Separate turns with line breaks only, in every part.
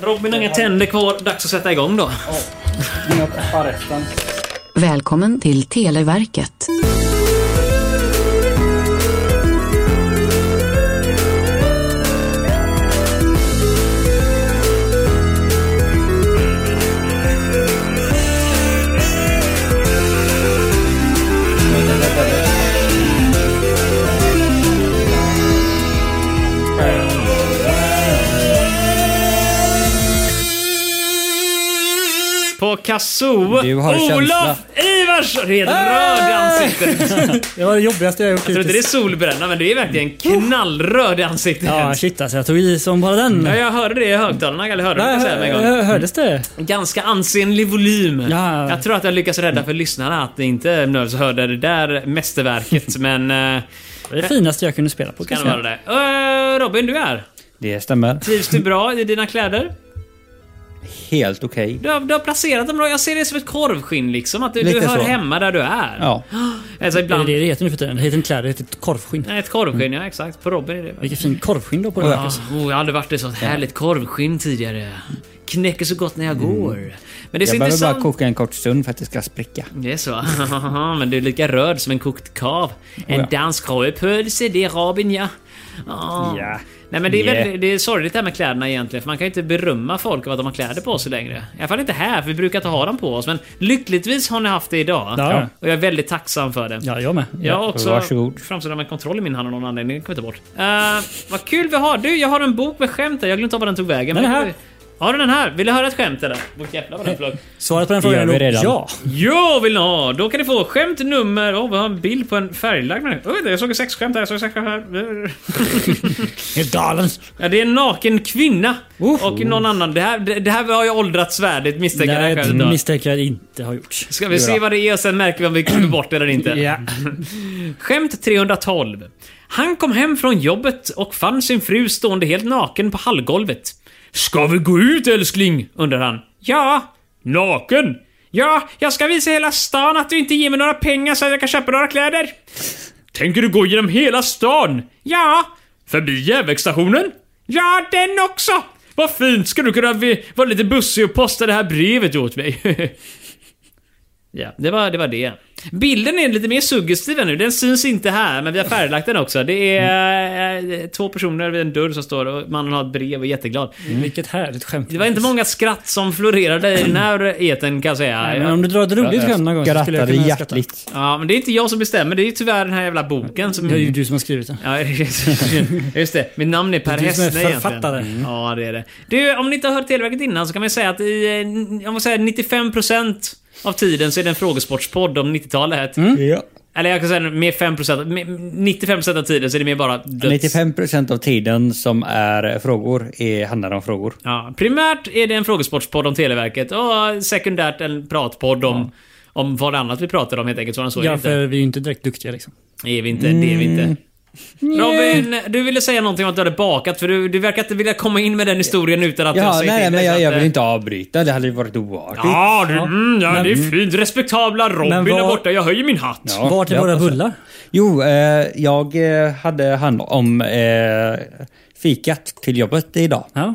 Robin har inga tänder kvar. Dags att sätta igång då.
Men jag tappar resten.
Välkommen till Televerket.
På Kazoo.
Du har
Olof
känsla. Ah!
Ivars! Det är ett röd i ansiktet.
Det var det jobbigaste jag gjort
Jag tror inte det är
hittills.
solbränna, men det är verkligen knallröd i ansiktet.
Oh! Ja, shit alltså. Jag tog i som bara den.
Ja, jag hörde det i högtalarna. Eller hörde det
Nej,
säga mig en
hör,
gång.
hör- hördes det?
Ganska ansenlig volym.
Ja.
Jag tror att jag lyckas rädda för lyssnarna att ni inte nödvändigtvis hörde det där mästerverket, men... eh,
Det var det finaste jag kunde spela på
Kan det
kanske.
vara det? Eh, Robin, du är här.
Det stämmer.
Trivs du bra i dina kläder?
Helt okej.
Du har, du har placerat dem bra. Jag ser det som ett korvskinn liksom. Att du, du
Lite
hör
så.
hemma där du är.
Ja.
Alltså
Det är
ibland...
det det heter nu för tiden. Det heter inte kläder, det heter korvskinn.
Nej, ett korvskinn, ja exakt. På Robin är det.
Vilket fint korvskinn du har på dig
Ja,
Marcus.
oh, jag har aldrig varit i sånt härligt korvskinn tidigare. Knäcker så gott när jag går. Men det är så
Mm. Jag behöver bara
intressant.
koka en kort stund för att det ska spricka.
det är så. Men du är lika röd som en kokt kav. En
ja.
dansk rödpölse, det är Robin ja. Ja.
Ja.
Nej men det är,
Yeah.
väldigt, det är sorgligt det här med kläderna egentligen, för man kan ju inte berömma folk av att de har kläder på sig längre. I alla fall inte här, för vi brukar inte ha dem på oss. Men lyckligtvis har ni haft det idag.
Ja.
Och jag är väldigt tacksam för det.
Ja, jag med.
Jag har också
varsågod.
framsidan med en kontroll i min hand av någon anledning. Det kommer jag inte bort. Eh, vad kul vi har! Du, jag har en bok med skämt där. Jag glömde ta var den tog vägen.
Den
Men-
här.
Har du den här? Vill du höra ett skämt eller? Åh, jävlar vad den flög.
Svaret på den frågan
Gör
är
vi
nog
redan.
ja.
Jo, vill ni ha? Då kan ni få skämt nummer... Åh, vi har en bild på en färglagd människa. Oj, jag såg ett sexskämt här, jag såg ett sexskämt här.
Helt galen.
Ja, det är en naken kvinna.
Uff.
Och någon annan. Det här, det, det här har jag åldrats värdigt misstänker jag.
Nej,
själv
det
då.
misstänker jag inte har gjort.
Ska vi se vad det är och sen märker vi om vi klipper bort det eller inte.
Ja.
Skämt 312. Han kom hem från jobbet och fann sin fru stående helt naken på hallgolvet. Ska vi gå ut älskling? undrar han. Ja. Naken? Ja, jag ska visa hela stan att du inte ger mig några pengar så att jag kan köpa några kläder. Tänker du gå genom hela stan? Ja. Förbi järnvägsstationen? Ja, den också. Vad fint, ska du kunna vi- vara lite bussig och posta det här brevet åt mig? ja, det var, det var det. Bilden är lite mer suggestiv nu. Den syns inte här, men vi har färglagt den också. Det är eh, två personer vid en dörr som står och mannen har ett brev och är jätteglad.
Vilket härligt skämt.
Det var inte många skratt som florerade i den här eten kan jag säga.
Nej, Men om du drar ett roligt skämt någon gång så skulle jag
Skrattade
kunna skratta.
hjärtligt.
Ja, men det är inte jag som bestämmer. Det är ju tyvärr den här jävla boken som...
Det är ju du som har skrivit det.
Ja, just det. Mitt namn är Per
Det är du som är
Hessne
författare.
egentligen. Mm. Ja, det är det. Du, om ni inte har hört Televerket innan så kan man ju säga att i, eh, jag måste säga 95% av tiden så är det en frågesportspodd om 90-talet.
Mm.
Ja.
Eller jag kan säga mer 5%. mer- 95% av tiden så är det mer bara döds...
95% av tiden som är frågor är, handlar om frågor.
Ja, primärt är det en frågesportspodd om Televerket och sekundärt en pratpodd om, om vad annat vi pratar om helt enkelt. Sådan så är det
Ja,
inte.
för vi är ju inte direkt duktiga liksom.
är vi inte, det är vi
Mm.
inte. Robin, du ville säga någonting om att du hade bakat, för du, du verkar inte vilja komma in med den historien utan att
Ja,
säger
nej,
till
men
dig, så
jag,
att,
jag vill
eh,
inte avbryta. Det hade ju varit oartigt.
Ja, det, mm, ja det är fint. Respektabla Robin
Men
där
vad-
borta. Jag höjer min hatt.
Ja,
Vart är
jag
våra
alltså.
hoppas det.
bullar?
Jo, eh, jag eh, hade hand om eh, fikat till jobbet idag.
Ja.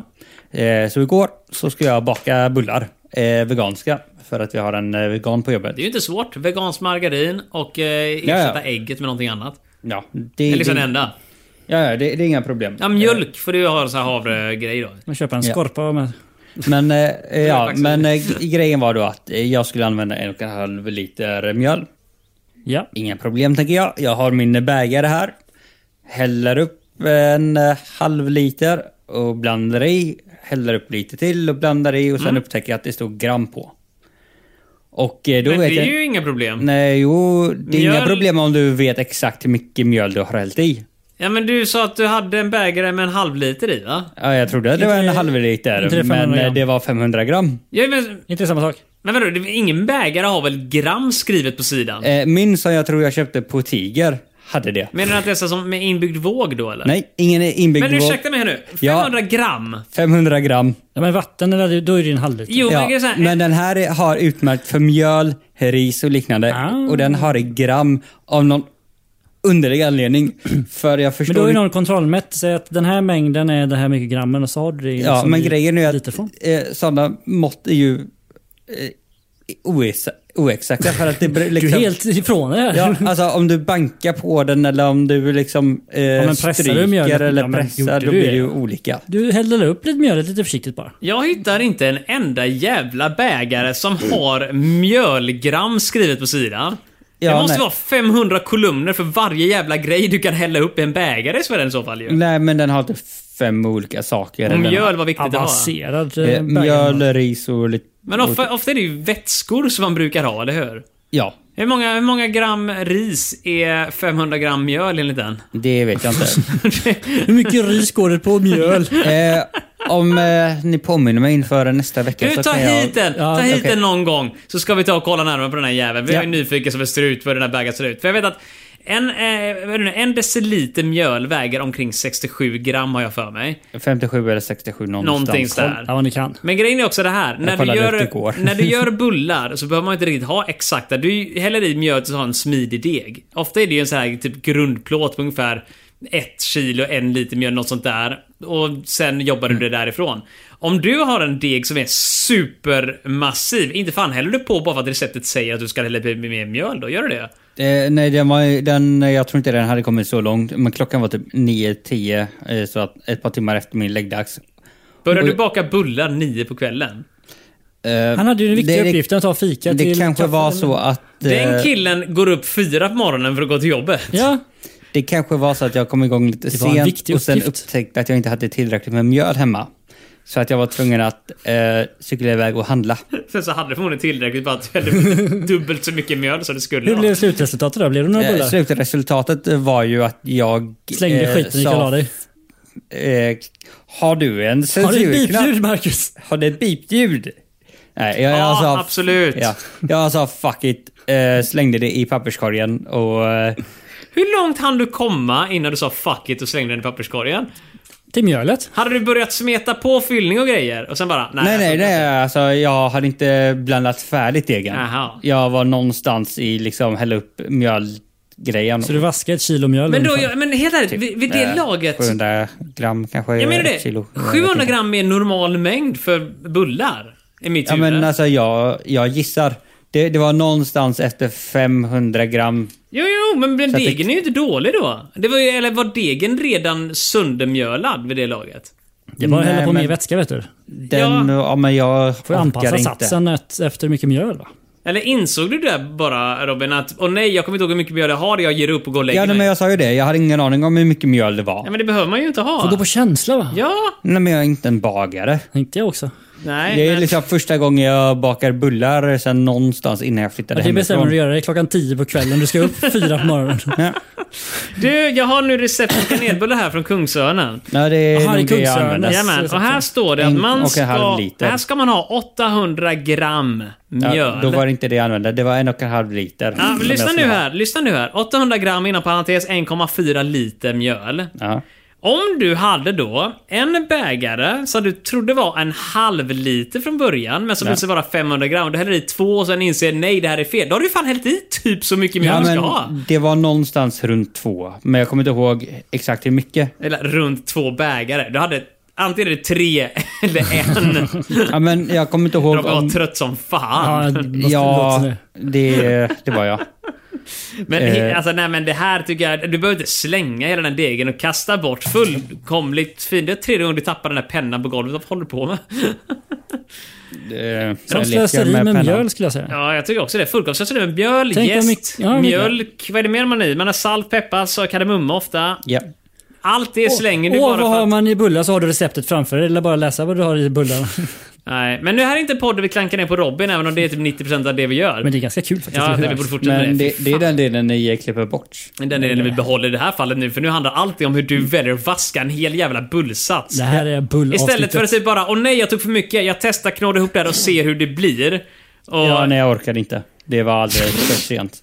Eh, så igår så ska jag baka bullar. Eh, veganska. För att vi har en eh, vegan på jobbet.
Det är ju inte svårt. Veganskt margarin och eh,
ja.
ersätta ägget med någonting annat.
Ja,
Det
det,
är liksom det
det,
enda.
ja, ja, det, det är inga problem.
Ja, mjölk får du ha så här havregrej då.
Man köper en
Ja.
skorpa med.
Men, eh,
är
ja,
faktiskt-
men eh, grejen var då att eh, jag skulle använda en och en halv liter mjöl.
Ja.
Inga problem tänker jag. Jag har min bägare här. Häller upp en eh, halv liter och blandar i. Häller upp lite till och blandar i och sen
Mm.
upptäcker jag att det står gram på. Och eh, då
Men det
vet
är
jag...
ju inga problem.
Nej, jo, det är inga
Mjöl-
problem om du vet exakt hur mycket mjöl du har hällt i.
Ja men du sa att du hade en bägare med en halv liter i va?
Ja, jag trodde att det var en halv
inte
liter,
det 500
men eh,
gram?
det var 500 gram.
Ja, men,
Inte samma sak.
men vadå, det- ingen bägare har väl gram skrivet på sidan?
Eh, Min som jag tror jag köpte på Tiger hade det.
Menar du att det är så som med inbyggd våg då eller?
Nej, ingen är inbyggd
Men
våg.
ursäkta mig här nu.
Ja.
500 gram?
500 gram.
Ja, men vatten, eller, då är det ju en halvliter.
Jo, men,
Ja,
grejen är så här,
men den här är- har utmärkt för mjöl, ris och liknande.
Ah.
Och den har i gram av någon underlig anledning. För jag
Men
förstår...
då är ju någon kontrollmätt, säger att den här mängden är det här mycket grammen och så har du det
Ja,
liksom
men
i
grejen är att
literform.
eh, sådana mått är ju eh, oexa- oexakta. För att det ber- liksom,
Du är helt ifrån det här.
ja, alltså om du bankar på den eller om du liksom eh,
men pressar du mjölet?
stryker
Ja,
eller
men
pressar,
gjorde
då
du
blir
det?
det ju olika.
Du häller upp lite mjölet lite försiktigt bara.
Jag hittar inte en enda jävla bägare som har mjölgram skrivet på sidan. det
Ja,
måste
nej.
vara 500 kolumner för varje jävla grej du kan hälla upp i en bägare i Sverige i så fall ju.
Nej, men den har typ fem olika saker.
Och
Den har-
mjöl var viktigt att ha.
Avancerad eh,
Eh,
bägare.
mjöl, ris och lite...
Men ofta, ofta är det ju vätskor som man brukar ha, eller hur?
Ja,
Hur många, hur många gram ris är 500 gram mjöl enligt den?
det vet jag inte.
Hur mycket ris går det på mjöl?
Eh, om eh, ni påminner mig inför nästa vecka
Du,
så
ta
kan jag...
hit den!
Ja,
ta hit
okej.
den någon gång, så ska vi ta och kolla närmare på den här jäveln. Vi är
Ja.
ju nyfikna som det ser ut, hur den här bägaren ser ut. För jag vet att en, eh, vad är det nu, en deciliter mjöl väger omkring 67 gram har jag för mig.
57 eller 67 någonstans.
Någonting sådär.
Ja, vad ni kan.
Men grejen är också det här, när du,
kollade upp det
gör,
igår.
när du gör bullar så behöver man inte riktigt ha exakta. Du häller i mjölet och har en smidig deg. Ofta är det ju en sån här typ grundplåt på ungefär ett kilo, en liter mjöl, något sånt där. Och sen jobbar
Mm.
du det därifrån. Om du har en deg som är supermassiv, inte fan häller du på bara för att receptet säger att du ska hälla i mer mjöl då, gör du det?
Eh, nej, den var, ju- den, jag tror inte den hade kommit så långt. Men klockan var typ 9-10, eh, så att ett par timmar efter min läggdags.
Börjar
Oj.
du baka bullar nio på kvällen?
Eh,
Han hade ju den viktiga
det-
uppgiften att ta fika
Det,
till...
det kanske
kaffe
var
eller-
så att...
Den
eh,
killen går upp fyra på morgonen för att gå till jobbet.
Ja,
Det kanske var så att jag kom igång lite
Det var en
sent
viktig
och sen
uppgift.
upptäckte att jag inte hade tillräckligt med mjöl hemma. Så att jag var tvungen att eh, cykla iväg och handla.
Sen så hade du förmodligen tillräckligt bara att du hällde dubbelt så mycket mjöl som du skulle
hur blev
ha.
slutresultatet då? Blev det några
Eh,
bullar?
slutresultatet var ju att jag...
Slängde
eh,
skiten i
sa,
kalader.
eh, Har du en
Har du ett
censurknapp?
bipljud, Marcus?
Har det ett bipljud? Nej, jag,
Ja,
jag sa...
absolut.
Ja, jag sa fuck it. Eh, slängde det i papperskorgen och... Eh,
Hur långt hann du komma innan du sa fuck it och slängde den i papperskorgen?
Till mjölet?
Hade du börjat smeta på fyllning och grejer och sen bara nej?
nej, nej,
alltså,
nej. Alltså, jag hade inte blandat färdigt degen.
Aha.
Jag var någonstans i liksom hälla upp mjölgrejen.
Så du vaskade ett kilo mjöl
Men, då,
ungefär.
jag- men helt ärligt, vid, vid det
Eh,
laget...
700 gram kanske.
Jag menar
ett
det.
Kilo, Jag vet
700
inte.
gram är normal mängd för bullar. I mitt
Ja,
huvud.
men alltså jag, jag gissar. Det, det var någonstans efter 500 gram.
Jo, jo, men den
Så att det-
degen är ju inte dålig då. Det var ju, eller var degen redan söndermjölad vid det laget?
Det är bara att hälla
Nej,
på mer
men-
vätska, vet du.
Den, ja. men jag
Får jag anpassa
orkar inte.
satsen ett, efter hur mycket mjöl, va?
Eller insåg du det bara Robin att åh nej, jag kommer inte ihåg hur mycket mjöl jag har, jag ger upp och går och lägger
Ja, nej, men
mig.
jag sa ju det. Jag hade ingen aning om hur mycket mjöl det var.
Ja, men det behöver man ju inte ha.
Får gå på känsla, va?
Ja.
Nej, men jag är inte en bagare.
Tänkte jag också.
Nej,
Det är
men-
liksom första gången jag bakar bullar sen någonstans innan jag flyttade
Det, det bestämmer
hemifrån.
du göra det klockan tio på kvällen. Du ska upp fyra på morgonen.
Du, jag har nu recept på kanelbullar här från Kungsörnen.
Nej, det
Aha,
är nog
det är
det jag
Kungsörnen.
använder.
Yes,
Jajamän,
yes,
och här
yes.
står det att
En
man
och en halv
ska...
liter.
Här ska man ha 800 gram mjöl.
Ja, då var det inte det jag använde. Det var en och en halv liter.
Ja, men
som
lyssna
jag
nu
skulle ha.
här, lyssna nu här. 800 gram inom parentes 1,4 liter mjöl.
Ja.
Om du hade då en bägare som du trodde var en halv liter från början, men som visade vara 500 gram. Du häller i två och sen inser nej, det här är fel. Då har du ju fan hällt i typ så mycket mjöl
Ja,
du ska
men
ha.
det var någonstans runt två. Men jag kommer inte ihåg exakt hur mycket.
Eller runt två bägare. Du hade antingen är det tre eller en.
Ja, men jag kommer inte ihåg
Robin var
om...
trött som fan.
Ja, det låter
Ja,
det.
det, det var jag.
Men, he-
Eh.
alltså, nej, men det här tycker jag... Du behöver inte slänga hela den här degen och kasta bort fullkomligt fint. Det är tredje gången du tappar den här pennan på golvet. Vad håller du på med?
Eh,
Som
jag
slöseri
leker
med,
pennan.
mjöl, skulle jag säga.
Ja, jag tycker också det. Fullkomligt slöseri med mjöl,
Tänk vad
jäst,
mycket- ja, mycket.
mjölk. Vad är det mer man har i? Man har salt, peppar, så kardemumma ofta.
Ja.
Allt det slänger du
Åh,
bara
vad
för
har
att...
man i bullar så har du receptet framför dig. Eller bara läsa vad du har i bullarna.
Nej, men nu här är inte en podd där vi klankar ner på Robin, även om det är typ 90% av det vi gör.
Men det är ganska kul faktiskt.
Ja,
att
det
höra.
vi borde fortsätta med
Men
det.
det, det är den delen ni klipper bort.
Men Den delen vi behåller i det här fallet nu, för nu handlar allt om hur du väljer att vaska en hel jävla bullsats.
Det här är bullavsnittet.
Istället för att säga bara åh nej, jag tog för mycket, jag testar knåda ihop det här och ser hur det blir. Och,
Ja, nej, jag orkade inte. Det var alldeles för sent.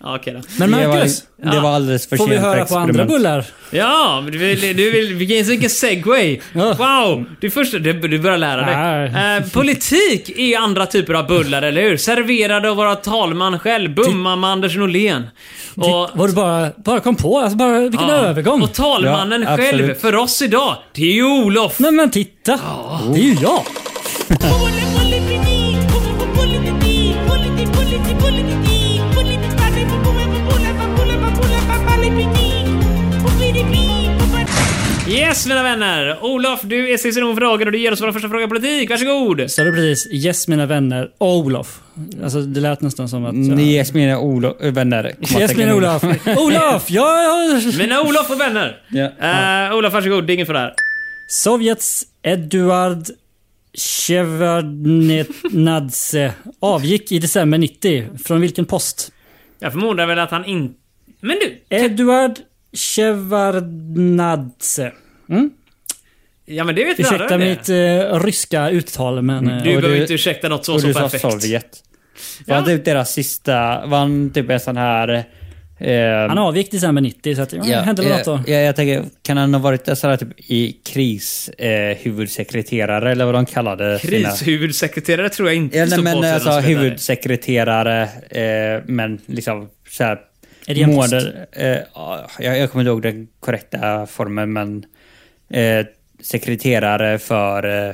Ja, okej då.
Men
det, var,
Marcus!
det var alldeles för
Får
sent
vi höra på
experiment.
andra bullar?
Ja, men du vill, du vill, vilken, vilken segway! Wow! Du, första, du, du börjar lära dig.
Nej.
Eh, politik är andra typer av bullar, eller hur? Serverade av våra talman själv, Bumman med Anders Norlén. Och,
Vad du bara, bara kom på? Alltså bara, vilken
ja,
övergång!
Och talmannen
Ja, absolut.
själv, för oss idag, det är ju Olof.
Nej men titta! Det är ju jag!
Yes, mina vänner! Olof, du är sist i någon fråga och du ger oss vår första fråga i politik. Varsågod!
Sa du precis Yes mina vänner, Olof? Alltså det lät nästan som att... jag-
Ni yes, mina Olof, äh, vänner. Komma
Yes
tecken
mina Olof! Olof! Jag har...
Mina Olof och vänner!
Ja.
Eh, Olof, varsågod. Det är inget för det här.
Sovjets Eduard Shevardnadze avgick i december 90. Från vilken post?
Jag förmodar väl att han inte... Men du!
Eduard Shevardnadze.
Ja, men det vet jag
Ursäkta mitt eh, ryska uttal men... eh,
Du
Och
behöver
du-
inte ursäkta något så,
Och
så
du sa
perfekt.
Sovjet. Var han typ deras sista... Var han typ en sån här... ehm,
Han avgick december 90 så att, ja, det hände väl något då.
Ja, jag tänker, kan han ha varit sådär typ i krishuvudsekreterare eh, huvudsekreterare, eller vad de kallade sina...
Krishuvudsekreterare tror jag inte
Ja, nej,
stod på
men
sig
alltså
när de spelade.
huvudsekreterare, eh, men liksom såhär...
Är det en post?
Eh, ja, jag, jag kommer inte ihåg den korrekta formen, men... Eh, sekreterare för eh,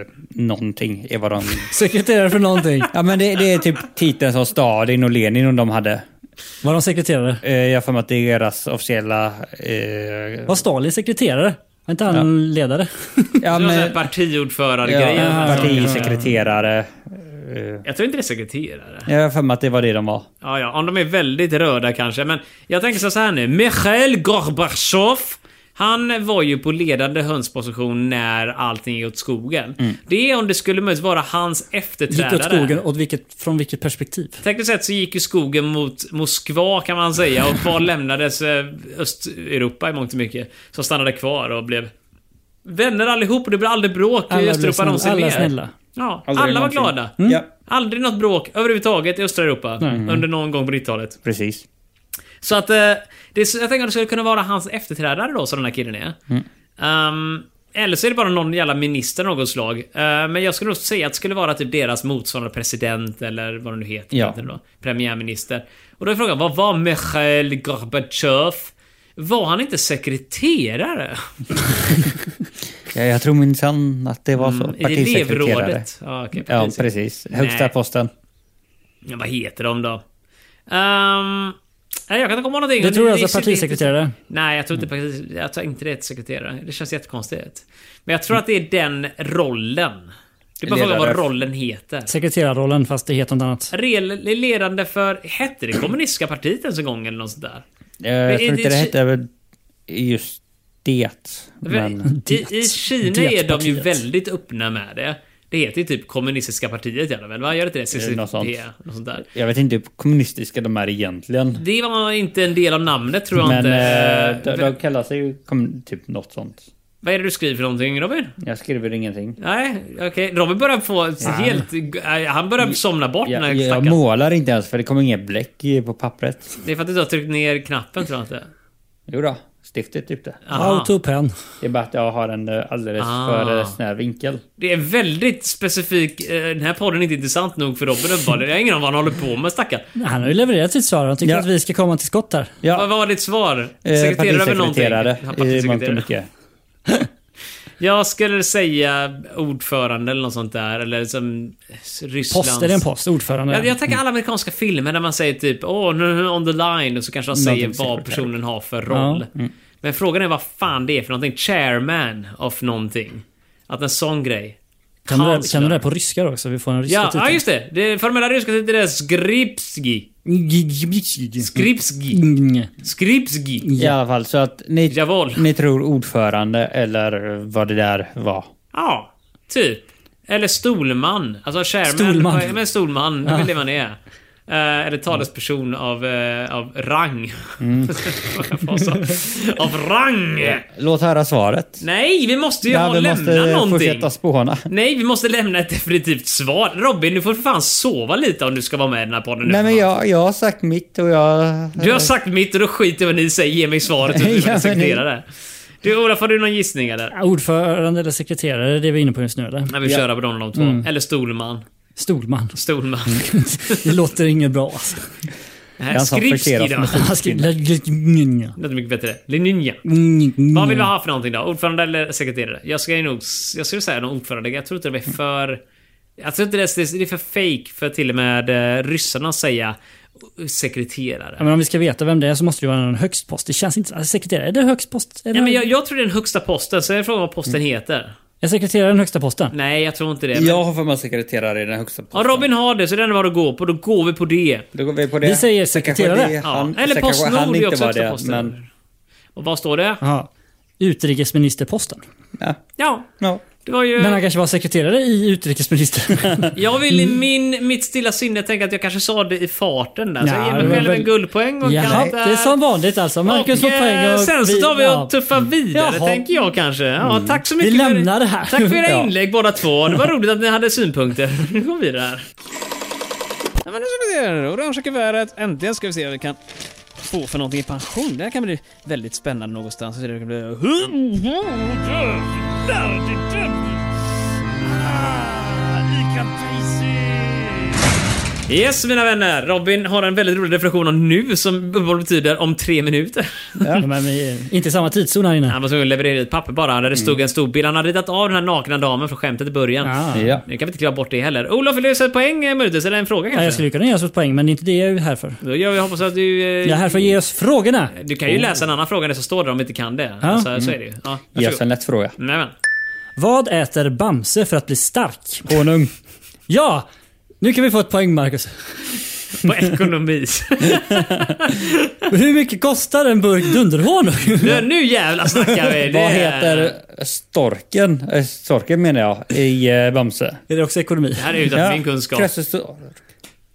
eh, någonting är vad de...
Sekreterare för någonting.
Ja men det, det är typ titeln som Stalin och Lenin och de hade.
Var de sekreterare?
Eh, jag har för mig att det är deras officiella... Eh,
Var Stalin sekreterare? Var inte han ledare?
ja,
Det var sån här
men-
partiordförare-grejen.
Ja, eh,
ja,
partisekreterare. Eh,
Jag tror inte det är sekreterare.
Jag har för mig att det var det de var.
Ja, ja, om de är väldigt röda kanske. Men jag tänker så här nu. Mikhail Gorbatjov. Han var ju på ledande hönsposition när allting gick åt skogen.
Mm.
Det är om det skulle möjligtvis vara hans
Gick
efterträdare.
åt skogen åt vilket, från vilket perspektiv?
Tekniskt sett så gick ju skogen mot Moskva kan man säga och kvar lämnades eh, Östeuropa i mångt och mycket. Som stannade kvar och blev vänner allihop och det blev aldrig bråk i
blev
Östeuropa
snälla.
någonsin
Alla
mer.
snälla. Mm.
Ja,
Aldrig
alla var
någonsin.
glada.
Ja,
Aldrig något bråk överhuvudtaget i östra Europa under någon gång på 90-talet.
precis.
Så att eh, det, är så- jag tänker att det skulle kunna vara hans efterträdare då, som den här killen är. Ehm, eller så är det bara någon jävla minister av något slag. Eh, men jag skulle nog säga att det skulle vara typ deras motsvarande president eller vad det nu heter.
Ja.
egentligen Då, premiärminister. Och då är frågan, vad var Mikhail Gorbatjov? Var han inte sekreterare?
Ja, jag tror minsann att det var så.
Mm, I
Partisekreterare.
elevrådet? Ja, okej,
Ja,
partisekreterare.
precis. Högsta
Nej.
posten. Eh,
Ja, vad heter de då? Ehm, nej, jag kan inte komma på någonting.
Du
Det-
tror
det-
alltså
det- det-
partisekreterare?
Nej, jag tror inte,
Mm.
parti- jag tror inte det är ett sekreterare. Det känns jättekonstigt. Men jag tror att det är den rollen. Du bara fråga vad
Ledare.
rollen heter.
Sekreterarrollen fast det heter något annat.
Rel- Ledande för... Hette det kommunistiska partiet ens en gång eller något sånt där?
Eh, Jag tror inte
i-
det hette väl just det. Men
I, I Kina är de ju
Dietpartiet.
väldigt öppna med det. Det heter ju typ kommunistiska partiet i alla fall. va? Gör det inte det? CCP?
något sånt.
Något sånt där.
jag vet inte hur kommunistiska de är egentligen.
Det var inte en del av namnet tror jag
Men
inte.
eh, de,
V-
de kallar sig ju kommun- typ något sånt.
Vad är det du skriver för någonting Robin?
Jag skriver ingenting.
Nej, okej. Robin börjar få helt... eh, Han börjar somna bort när
Jag,
jag,
jag
stackaren.
målar inte ens för det kommer inget bläck i- på pappret.
Det är för att du inte har tryckt ner knappen tror jag inte.
Jo då, stiftet typ det.
Aha.
Autopen.
Det är bara att jag har en eh, alldeles
Ah.
för eh, snäv vinkel.
Det är väldigt specifik... eh, Den här podden är inte intressant nog för Robin uppenbarligen. Jag har ingen aning om vad han håller på med stackarn.
Han har ju levererat sitt svar. Han tycker
Ja.
att vi ska komma till skott här.
Vad
Ja,
var ditt svar?
eh,
Sekreterare över någonting? Ja,
partisekreterare i mångt och
partisekreterare.
mycket.
Jag skulle säga ordförande eller något sånt där. Eller som eh, Rysslands...
Post, är det en post? Ordförande? Mm.
Jag, jag tänker alla amerikanska filmer där man säger typ åh nu nu on the line och så kanske de säger
Någonting
vad
sekretär.
personen har för roll.
mm.
Men frågan är vad fan det är för någonting. Chairman of någonting. Att en sån grej.
kan, du det, kan
Kansler.
du det här på ryska då också? Vi får en ryska
Ja, ja just det. det Formella ryska titeln är Skripski.
Mm.
Skripski. Skripski.
I alla fall, så att ni,
Javol.
ni tror ordförande eller vad det där var.
Ja, typ. Eller stolman. Alltså chairman.
Stolman.
Ja, Men stolman, det är väl det man är. Eh, eller talesperson av, eh, av rang.
Mm.
Vad sa jag? av rang!
Låt höra svaret.
Nej, vi måste ju ha,
vi
lämna
måste
någonting.
fortsätta spåna.
Nej, vi måste lämna ett definitivt svar. Robin, du får för fan sova lite om du ska vara med i den här podden nu.
Nej men jag, jag har sagt mitt och jag...
Du har sagt mitt och då skiter jag i vad ni säger. Ge mig svaret och du
Ja, men-
respektera det. Du Olof, har du någon gissning eller?
Ja, Ordförande eller sekreterare, det är vi inne på just nu eller?
Nej, vi kör på de, de två.
Mm.
Eller stolman.
Stolman.
Stolman.
Det låter inget bra alltså.
Mm.
Jag sa
Skrivski
förserat
då.
med-
Han skriver...
Låter mycket bättre. Linja. Vad vill vi
Mm.
ha för någonting då? Ordförande eller sekreterare? Jag ska ju nog... Jag skulle säga någon ordförande. Jag tror inte det
Mm.
är för... Jag tror inte det är, det är för fake för till och med eh, ryssarna att säga eh, sekreterare.
Ja, men om vi ska veta vem det är så måste det ju vara någon högst post. Det känns inte... Alltså, sekreterare, är det högst post? Är, det...
Nej, men jag, jag tror det är den högsta posten, så jag frågar vad
Mm.
posten heter.
är sekreteraren högsta posten?
Nej, jag tror inte det. Men...
Jag har för mig sekreterare i den högsta
Ja,
posten.
Robin har det, så det är vad du går på. Då går vi på det.
Då går vi på det.
Vi säger
Så kanske det är
sekreterare.
han-
ja. Eller
så kanske han
Postnord är
inte
också
var
högsta
det,
posten.
men...
Och vad står det?
Jaha. Utrikesministerposten.
Ja.
Ja,
Ja.
det var ju...
Men han kanske var sekreterare i utrikesminister.
Jag vill i
Mm.
min, mitt stilla sinne tänka att jag kanske sa det i farten där. Så jag
Ja,
ger
det
mig
var
själv en
väl-
guldpoäng och
Jaha,
Kalle
det
där.
är som vanligt alltså. Marcus får
eh,
poäng och... Mm.
Sen så tar vi och tuffar vidare,
Jaha. Mm.
tänker jag kanske. Ja, tack så mycket.
Vi
för-
lämnar det här.
Tack för era
Ja.
inlägg båda två. Det var roligt att ni hade synpunkter. Nu går vi vidare här. Ja, men nu ska vi se här. Orange kuvertet. Äntligen ska vi se vad vi kan få för någonting i pension. Det här kan bli väldigt spännande någonstans. Så Det kan bli... Ah, Yes mina vänner! Robin har en väldigt rolig definition av nu som betyder om tre minuter.
Ja, men vi är inte i samma tidszon här inne.
Han var tvungen att leverera ett papper bara där det
Mm.
stod en stor bild. Han hade ritat av den här nakna damen från skämtet i början.
Ah.
Ja.
Nu kan vi inte kliva bort det heller. Olof, vill du sätta poäng eh, möjligtvis? Eller en fråga
Ja,
kanske?
jag skulle kunna ge oss ett poäng, men det är inte det jag är här för.
Då gör vi, jag hoppas att du... eh,
Jag är här för att ge oss frågorna.
Du kan ju läsa en annan fråga än det som står där om vi inte kan det.
Ja. Mm.
Alltså, så är det ju. Ja,
Ge
varsågod.
oss en lätt fråga.
Nej, men.
Vad äter Bamse för att bli stark?
Honung.
Ja! Nu kan vi få ett poäng, Marcus.
På ekonomi.
Hur mycket kostar en burk dunderhonung?
nu, nu jävlar snackar vi! Det
Vad
är-
heter storken? Eh, Storken menar jag, i eh, Bamse.
Är det också ekonomi?
Det här är utanför min kunskap.
Krösus...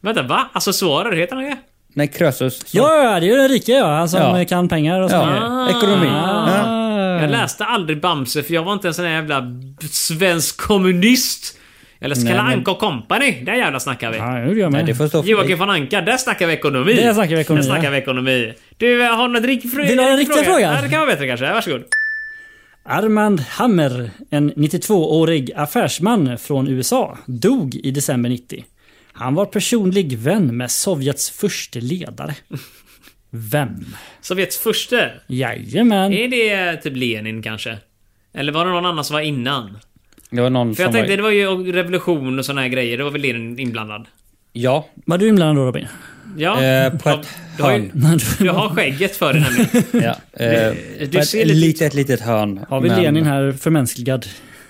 Vänta, va? Alltså svarar heter han det?
Nej, Krösus. Så-
Ja, ja, det är ju den rika ja. Han som
Ja.
kan pengar och Ah. sådana grejer.
Ja, ekonomi. Ja.
Jag läste aldrig Bamse för jag var inte en sån här jävla b- svensk kommunist. Eller Kalle
men-
Anka och Company. Där jävla snackar vi.
Ja, det gör
Nej,
man.
det får stå för
Joakim von Anka, där snackar vi ekonomi.
Där snackar vi ekonomi,
Där snackar
ja.
vi ekonomi. Du, eh, har du något riktigt
Vill du ha en riktig fråga?
Ja, det kan vara bättre kanske. Varsågod.
Armand Hammer, en 92-årig affärsman från USA, dog i december 90. Han var personlig vän med Sovjets förste ledare. Vem?
Sovjets förste.
Jajamän.
Är det typ Lenin kanske? Eller var det någon annan som var innan?
Det var någon
För jag
som
tänkte, det
var...
var ju revolution och såna här grejer. Det var väl Lenin inblandad?
Ja,
Var du inblandad då Robin?
Ja.
eh, på
Ja,
ett
du, har ju,
hörn.
du har skägget för det nämligen.
Ja, eh,
du
på ett
ser lite-
litet, litet hörn.
Har vi
Men-
Lenin här förmänskligad?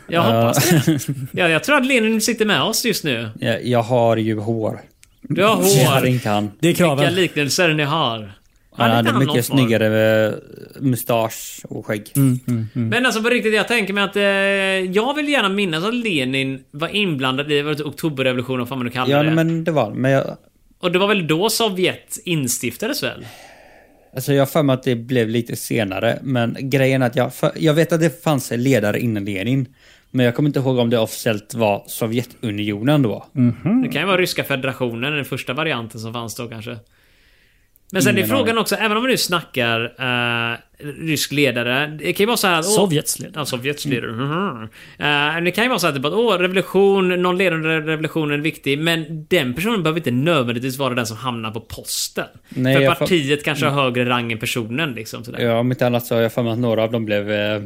Jag hoppas det. Ja, jag tror att Lenin sitter med oss just nu.
Ja, Jag har ju hår.
Du har
Jag hade
hår.
inte han.
Det är
Vilka
kraven.
liknelser ni har.
Han
det
hade
kan någon
mycket
form.
snyggare eh, mustasch och skägg.
Mm.
Men alltså på riktigt, jag tänker mig att eh, jag vill gärna minnas att Lenin var inblandad i vad det- oktoberrevolutionen, vad fan man nu kallar
Ja,
det.
men det var Men jag,
Och det var väl då Sovjet instiftades väl?
alltså jag har för mig att det blev lite senare. Men grejen är att jag, för, jag vet att det fanns en ledare innan Lenin. Men jag kommer inte ihåg om det officiellt var Sovjetunionen då.
Det kan ju vara ryska federationen, den första varianten som fanns då kanske. Men sen är
Ingen
frågan också, även om vi nu snackar eh, rysk ledare. Det kan ju vara så här att... åh,
Sovjets ledare. Mm.
Ja, Sovjets ledare. Mhm. Eh, det kan ju vara så här typ att åh, revolution, någon ledande re- revolution är viktig, men den personen behöver inte nödvändigtvis vara den som hamnar på posten.
Nej,
För
jag får-
partiet kanske
Mm.
har högre rang än personen liksom. Sådär.
Ja, om inte annat så har jag för mig att några av dem blev... Eh,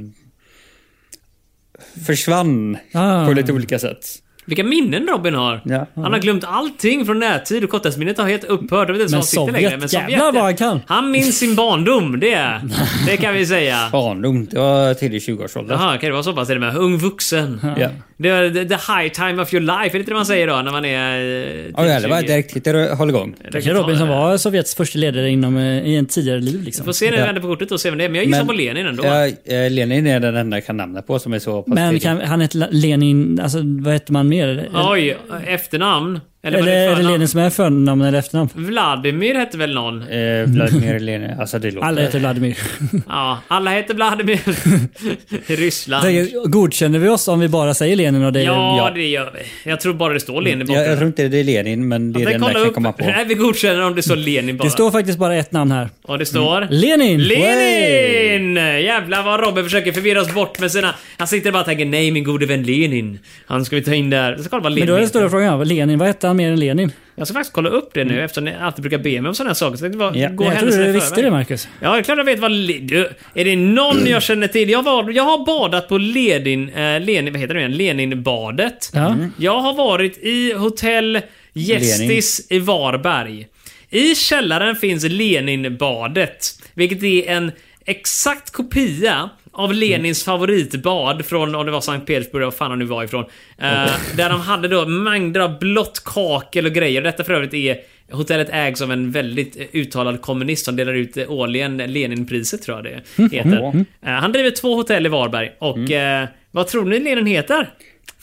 försvann
Ah.
på lite olika sätt.
Vilka minnen Robin har!
Ja.
Han har glömt allting från närtid och korttidsminnet har helt upphört. Jag vet inte ens
Men
vad han sitter
Sovjet,
längre. Men Sovjet,
jävlar vad han kan.
Han minns sin barndom, det, det kan vi säga.
Barndom, det var tidig 20-årsålder.
Jaha, kan det vara så pass? Är det med? Ung vuxen.
Ja.
Det är the, the high time of your life, är det inte det man säger då när man är... eh,
Ja, ja, det var
10-20?
direkt hit och håll igång.
Kanske Robin som var Sovjets första ledare inom, eh, i en tidigare liv liksom.
Får se när vi
Ja.
vänder på kortet och se vem det är. Men jag gissar på Lenin ändå.
Ja, eh, Lenin är den enda jag kan namna på som är så pass
Men
tidig.
kan, han hette Lenin, alltså vad hette man mer?
Oj, efternamn. Eller,
Eller,
var det
eller,
förnamn?
Lenin som är förnamn eller efternamn.
Vladimir hette väl någon?
Eh, Vladimir Lenin, alltså det låter...
Alla heter Vladimir.
Ja, alla heter Vladimir. I Ryssland.
Tänker, Godkänner vi oss om vi bara säger Lenin och det är...
Ja, det gör vi. Jag tror bara det står Lenin i
jag, jag
botten.
tror inte det är Lenin, men det är
Vi
den jag
kollar
kan
upp.
komma på.
Nej, vi godkänner om det står Lenin bara.
Det står faktiskt bara ett namn här.
Och det står...
Mm. Lenin!
Lenin! Jävlar vad Robin försöker förvirra oss bort med sina... Han sitter bara och tänker nej min gode vän Lenin. Han ska vi ta in där. Jag ska kolla vad
Men
Lenin
då är den
heter.
stora frågan, vad- Lenin, vad hette han mer än Lenin?
Jag ska faktiskt kolla upp det nu eftersom ni alltid brukar be mig om sådana här saker. Så jag tänkte bara
Ja.
gå
Mm. jag trodde
händelserna
du
i
visste
förväg.
det Marcus.
Ja, det är klart jag vet vad... Le- du, Är det någon jag känner till? Jag, var, jag har badat på Lenin... Eh, Lenin vad heter det igen? Leninbadet.
Ja.
Jag har varit i hotell Gästis i Varberg. I källaren finns Leninbadet, vilket är en exakt kopia av Lenins favoritbad från, om det var Sankt Petersburg, vad fan han nu var ifrån. Eh, där de hade då mängder av blått kakel och grejer. Detta för övrigt är Hotellet ägs av en väldigt eh, uttalad kommunist som delar ut eh, årligen Leninpriset, tror jag det heter. Eh, han driver två hotell i Varberg och eh, vad tror ni Lenin heter?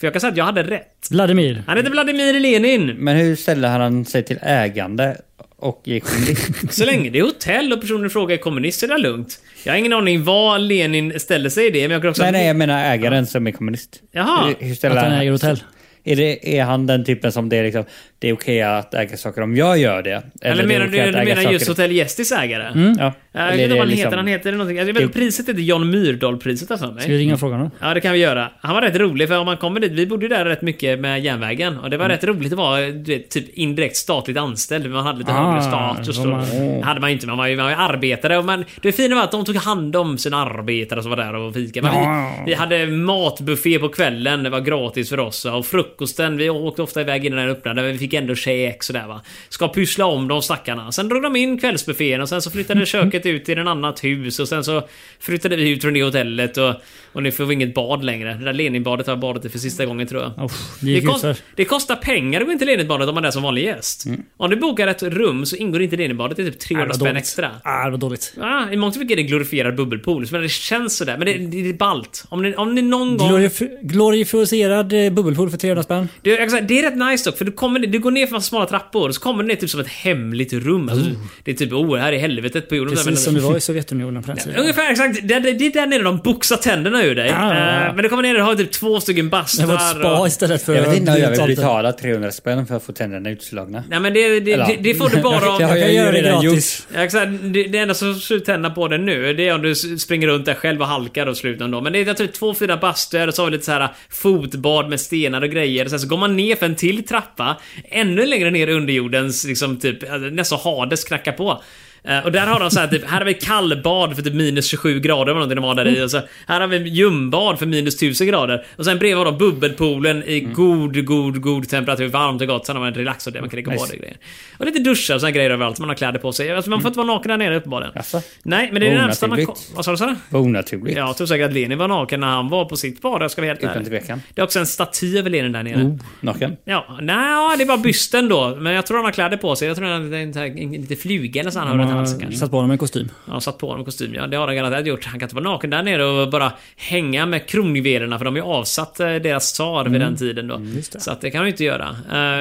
För jag kan säga att jag hade rätt.
Vladimir.
Han heter Vladimir Lenin.
Men hur ställer han sig till ägande och är kommunist?
Så länge det är hotell och personen i fråga är kommunist är det lugnt. Jag har ingen aning vad Lenin ställde sig i det, men jag kan också...
nej, nej, jag menar ägaren som är kommunist.
Jaha.
Hur- Hur
Att
ställer
han äger hotell.
Är, det, är han den typen som det är liksom, det är okej att äga saker om jag gör det?
Eller,
det är
menar
okej
du,
att
du
äga
menar
saker-
just Hotell Gästis ägare?
Ja.
Ja, Jag vet
Eller är
inte
det
vad han
liksom-
heter. Han heter någonting. Alltså, jag vet,
Det-
priset heter Jan Myrdal-priset har jag för
Ska vi
mig.
ringa och fråga honom?
Ja, det kan vi göra. Han var rätt rolig, för om man kommer dit, vi bodde ju där rätt mycket med järnvägen. Och det var
Mm.
rätt roligt att vara du vet, typ indirekt statligt anställd. Man hade lite
Ah,
högre status.
då
då.
man-
hade man ju inte, man var ju, man var ju arbetare. Och man, det fina var att de tog hand om sina arbetare som var där och fikade. Men
Ah.
vi, vi hade matbuffé på kvällen, det var gratis för oss. Och frukosten, vi åkte ofta iväg innan den öppnade, men vi fick ändå käk sådär va. Ska pyssla om de stackarna. Sen drog de in kvällsbuffén och sen så flyttade köket ut till ett annat hus och sen så flyttade vi ut från det hotellet och, och nu får vi inget bad längre. Det där Leninbadet har jag badat i för sista gången tror jag.
Uff, det
Det,
gick
kost,
utför.
det kostar pengar att gå in till Leninbadet om man är som vanlig gäst.
Mm.
Om du bokar ett rum så ingår inte Leninbadet. Det är typ 300 spänn extra.
Ah, det var dåligt.
Ah, I mångt och mycket är det glorifierad bubbelpool, men det känns sådär. Men det, det är ballt. Om ni, om ni någon gång...
Glorif- glorifierad eh, bubbelpool för 300 spänn.
Du, jag kan säga, det är rätt nice dock, för du, kommer, du går ner för smala trappor och så kommer du ner typ som ett hemligt rum. Alltså, Det är typ oh, här är helvetet på jorden. Men-
Precis som det var i Sovjetunionen på den tiden.
Ungefär exakt. Det, det, det är där nere de boxar tänderna ur dig.
Ah.
Eh, men du kommer ner och har typ två stycken
Det
bastar.
var ett spa
och-
istället för...
Jag vet inte om jag vill
brutaltet.
betala 300 spänn för att få tänderna utslagna.
Nej men det, det,
Eller-
det, det får du bara om...
Det har
Jag
jag
kan
ju
göra det
redan
gratis.
Jag kan säga, det, det enda som slår tänderna på den nu, det är om du s- springer runt där själv och halkar och slutar då. Men det är typ två fina bastöer och så har vi lite så här äh, fotbad med stenar och grejer. Sen så går man ner för en till trappa, ännu längre ner i underjordens, liksom typ, alltså, nästan Hades knackar på. Eh, Och där har de så här, typ, här har vi kallbad för typ minus 27 grader eller någonting de har där
Mm.
i. Och så, här har vi ljumbad för minus 1000 grader. Och sen bredvid har de bubbelpoolen i
Mm.
god, god, god temperatur. Varmt och gott. Sen har man en relaxer där man kan lägga på det grejer. Och lite duschar och såna grejer överallt. Man har kläder på sig. Alltså, man får inte vara naken där nere uppenbarligen.
Mm. Jaså?
Nej, men det är det
Oh,
närmsta man kom.
naturligt.
Vad sa du Sara?
Vad onaturligt.
Ja, jag tror säkert att Lenin var naken när han var på sitt bad. Jag ska vara helt
Utan
ärlig.
tvekan. Mm.
Det är också en staty över Lenin där nere.
Naken.
Ja, nej, det är bara bysten då. Men jag tror han har kläder på sig. Jag tror han har en, en, en, lite fluga eller så han har
Mm.
runt halsen
Man
kanske.
Mm. satt på honom en kostym.
Ja, satt på honom kostym. Ja, det har han garanterat gjort. Han kan inte vara naken där nere och bara hänga med kronjuvelerna för de har ju avsatt eh, deras tsar vid den tiden då. Så att det kan han ju inte göra. Eh,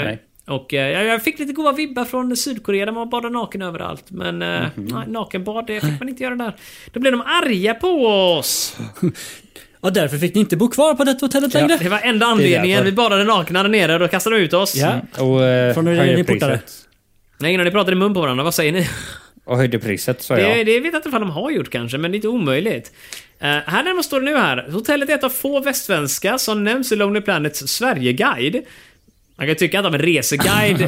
och eh, jag- jag fick lite goda vibbar från Sydkorea där man badade naken överallt. Men eh, nej, nakenbad, det fick man inte göra där. Då blev de arga på oss!
Och därför fick ni inte bo kvar på detta hotellet längre.
Det var enda anledningen. Vi
därför.
badade nakna där nere och då kastade de ut oss. Mm.
Ja.
Och eh,
Från när är
höjde
ni portade?
priset.
Nej, innan ni pratade i mun på varandra, vad säger ni?
Och höjde priset sa
Det,
jag.
det vet jag inte ifall de har gjort kanske, men det är inte omöjligt. Eh, här däremot står det nu här. Hotellet är ett av få västsvenska som nämns i Lonely Planets Sverigeguide. Man kan tycka att om en reseguide eh,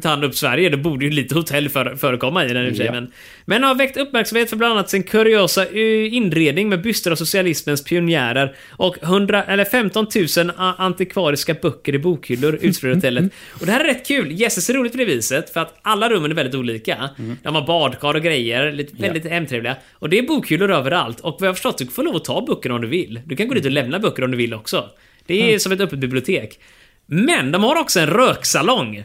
tar hand upp Sverige, det borde ju lite hotell för, förekomma i den i och för sig. Men, men har väckt uppmärksamhet för bland annat sin kuriosa eh, inredning med byster av socialismens pionjärer och 100, eller 15 000 a- antikvariska böcker i bokhyllor utspridda i hotellet. Och det här är rätt kul. Gästes är roligt på det viset för att alla rummen är väldigt olika.
Mm.
De har badkar och grejer, lite, väldigt hemtrevliga. Och det är bokhyllor överallt. Och vad jag har förstått, du får lov att ta böcker om du vill. Du kan gå dit och lämna böcker om du vill också. Det är som ett öppet bibliotek. Men de har också en röksalong.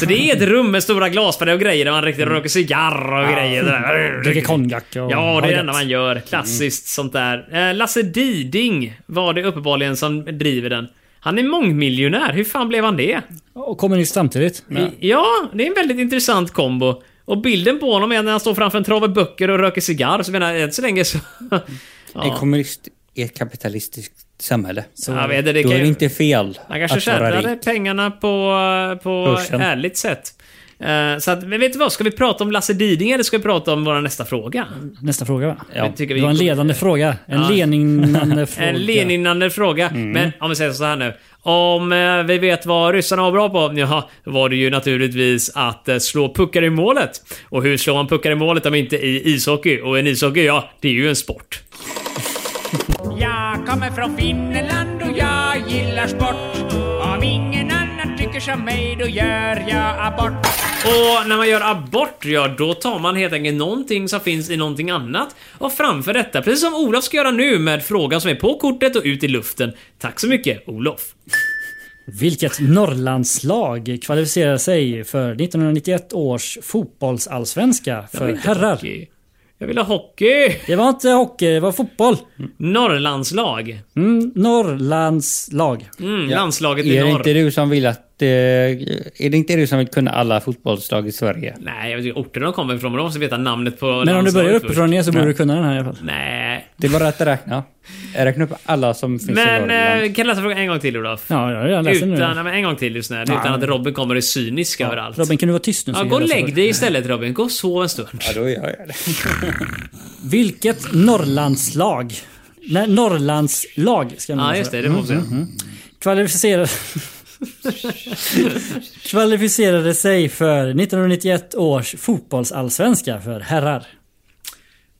Så det är ett rum med stora glasfärger och grejer där man riktigt röker cigarr och grejer. sådär.
Dricker konjak och...
Ja, det är det enda
gött.
man
Mm.
gör. Klassiskt sånt där. Eh, Lasse Diding var det uppenbarligen som driver den. Han är mångmiljonär, hur fan blev han det?
Och kommunist samtidigt.
I- Ja, det är en väldigt intressant kombo. Och bilden på honom är när han står framför en trave böcker och röker cigarr, så jag menar, än så länge så...
En kommunist i ett kapitalistiskt samhälle. Så
Jag vet inte, det
då
kan
är
ju-
det inte fel
Han kanske
att vara
tjänade
rik.
pengarna på, på
Börsen.
ärligt sätt. Eh, Så att, men vet du vad? Ska vi prata om Lasse Diding eller ska vi prata om vår nästa fråga?
Nästa fråga va?
Ja.
Det tycker
Det var en ledande fråga. En
Ja.
leninande fråga.
En leninande fråga. Men om vi säger så här nu. Om eh, vi vet vad ryssarna var bra på, ja, var det ju naturligtvis att eh, slå puckar i målet. Och hur slår man puckar i målet om inte i ishockey? Och en ishockey, ja, det är ju en sport.
Jag kommer från Finland och jag gillar sport. Om ingen annan tycker som mig då gör jag abort.
Och när man gör abort, ja då tar man helt enkelt någonting som finns i någonting annat och framför detta, precis som Olof ska göra nu med frågan som är på kortet och ut i luften. Tack så mycket, Olof.
Vilket Norrlandslag kvalificerar sig för 1991 års fotbollsallsvenska för herrar?
Hockey. Jag vill ha hockey!
Det var inte hockey, det var fotboll.
Norrlandslag.
Mm, Norrlandslag.
Mm,
Ja.
Landslaget i
Är det
norr.
inte du som vill att... Eh, är det inte du som vill kunna alla fotbollslag i Sverige?
Nej, jag vet inte orten de kommer ifrån, men de måste veta namnet på
Men om du
landslaget
börjar
först.
uppifrån ner så borde du kunna den här i alla fall.
Nej.
Det är bara att räkna. Räkna upp alla som finns i
Men
Norrland.
eh, kan du läsa frågan en gång till Olof?
Ja, ja, jag läser
utan,
nu.
nej, men en gång till just nu, utan att Robin kommer och är cynisk överallt.
Robin, kan du vara tyst nu? så
ja,
vi
gå och
läser
lägg
frågan?
dig istället Robin. Gå och sov en stund.
Ja, då gör jag det.
Vilket Norrlandslag? Nej, Norrlandslag ska jag Mm, nog
Ja,
säga.
just det. Det får vi se.
Kvalificerade... Kvalificerade sig för 1991 års fotbollsallsvenska för herrar.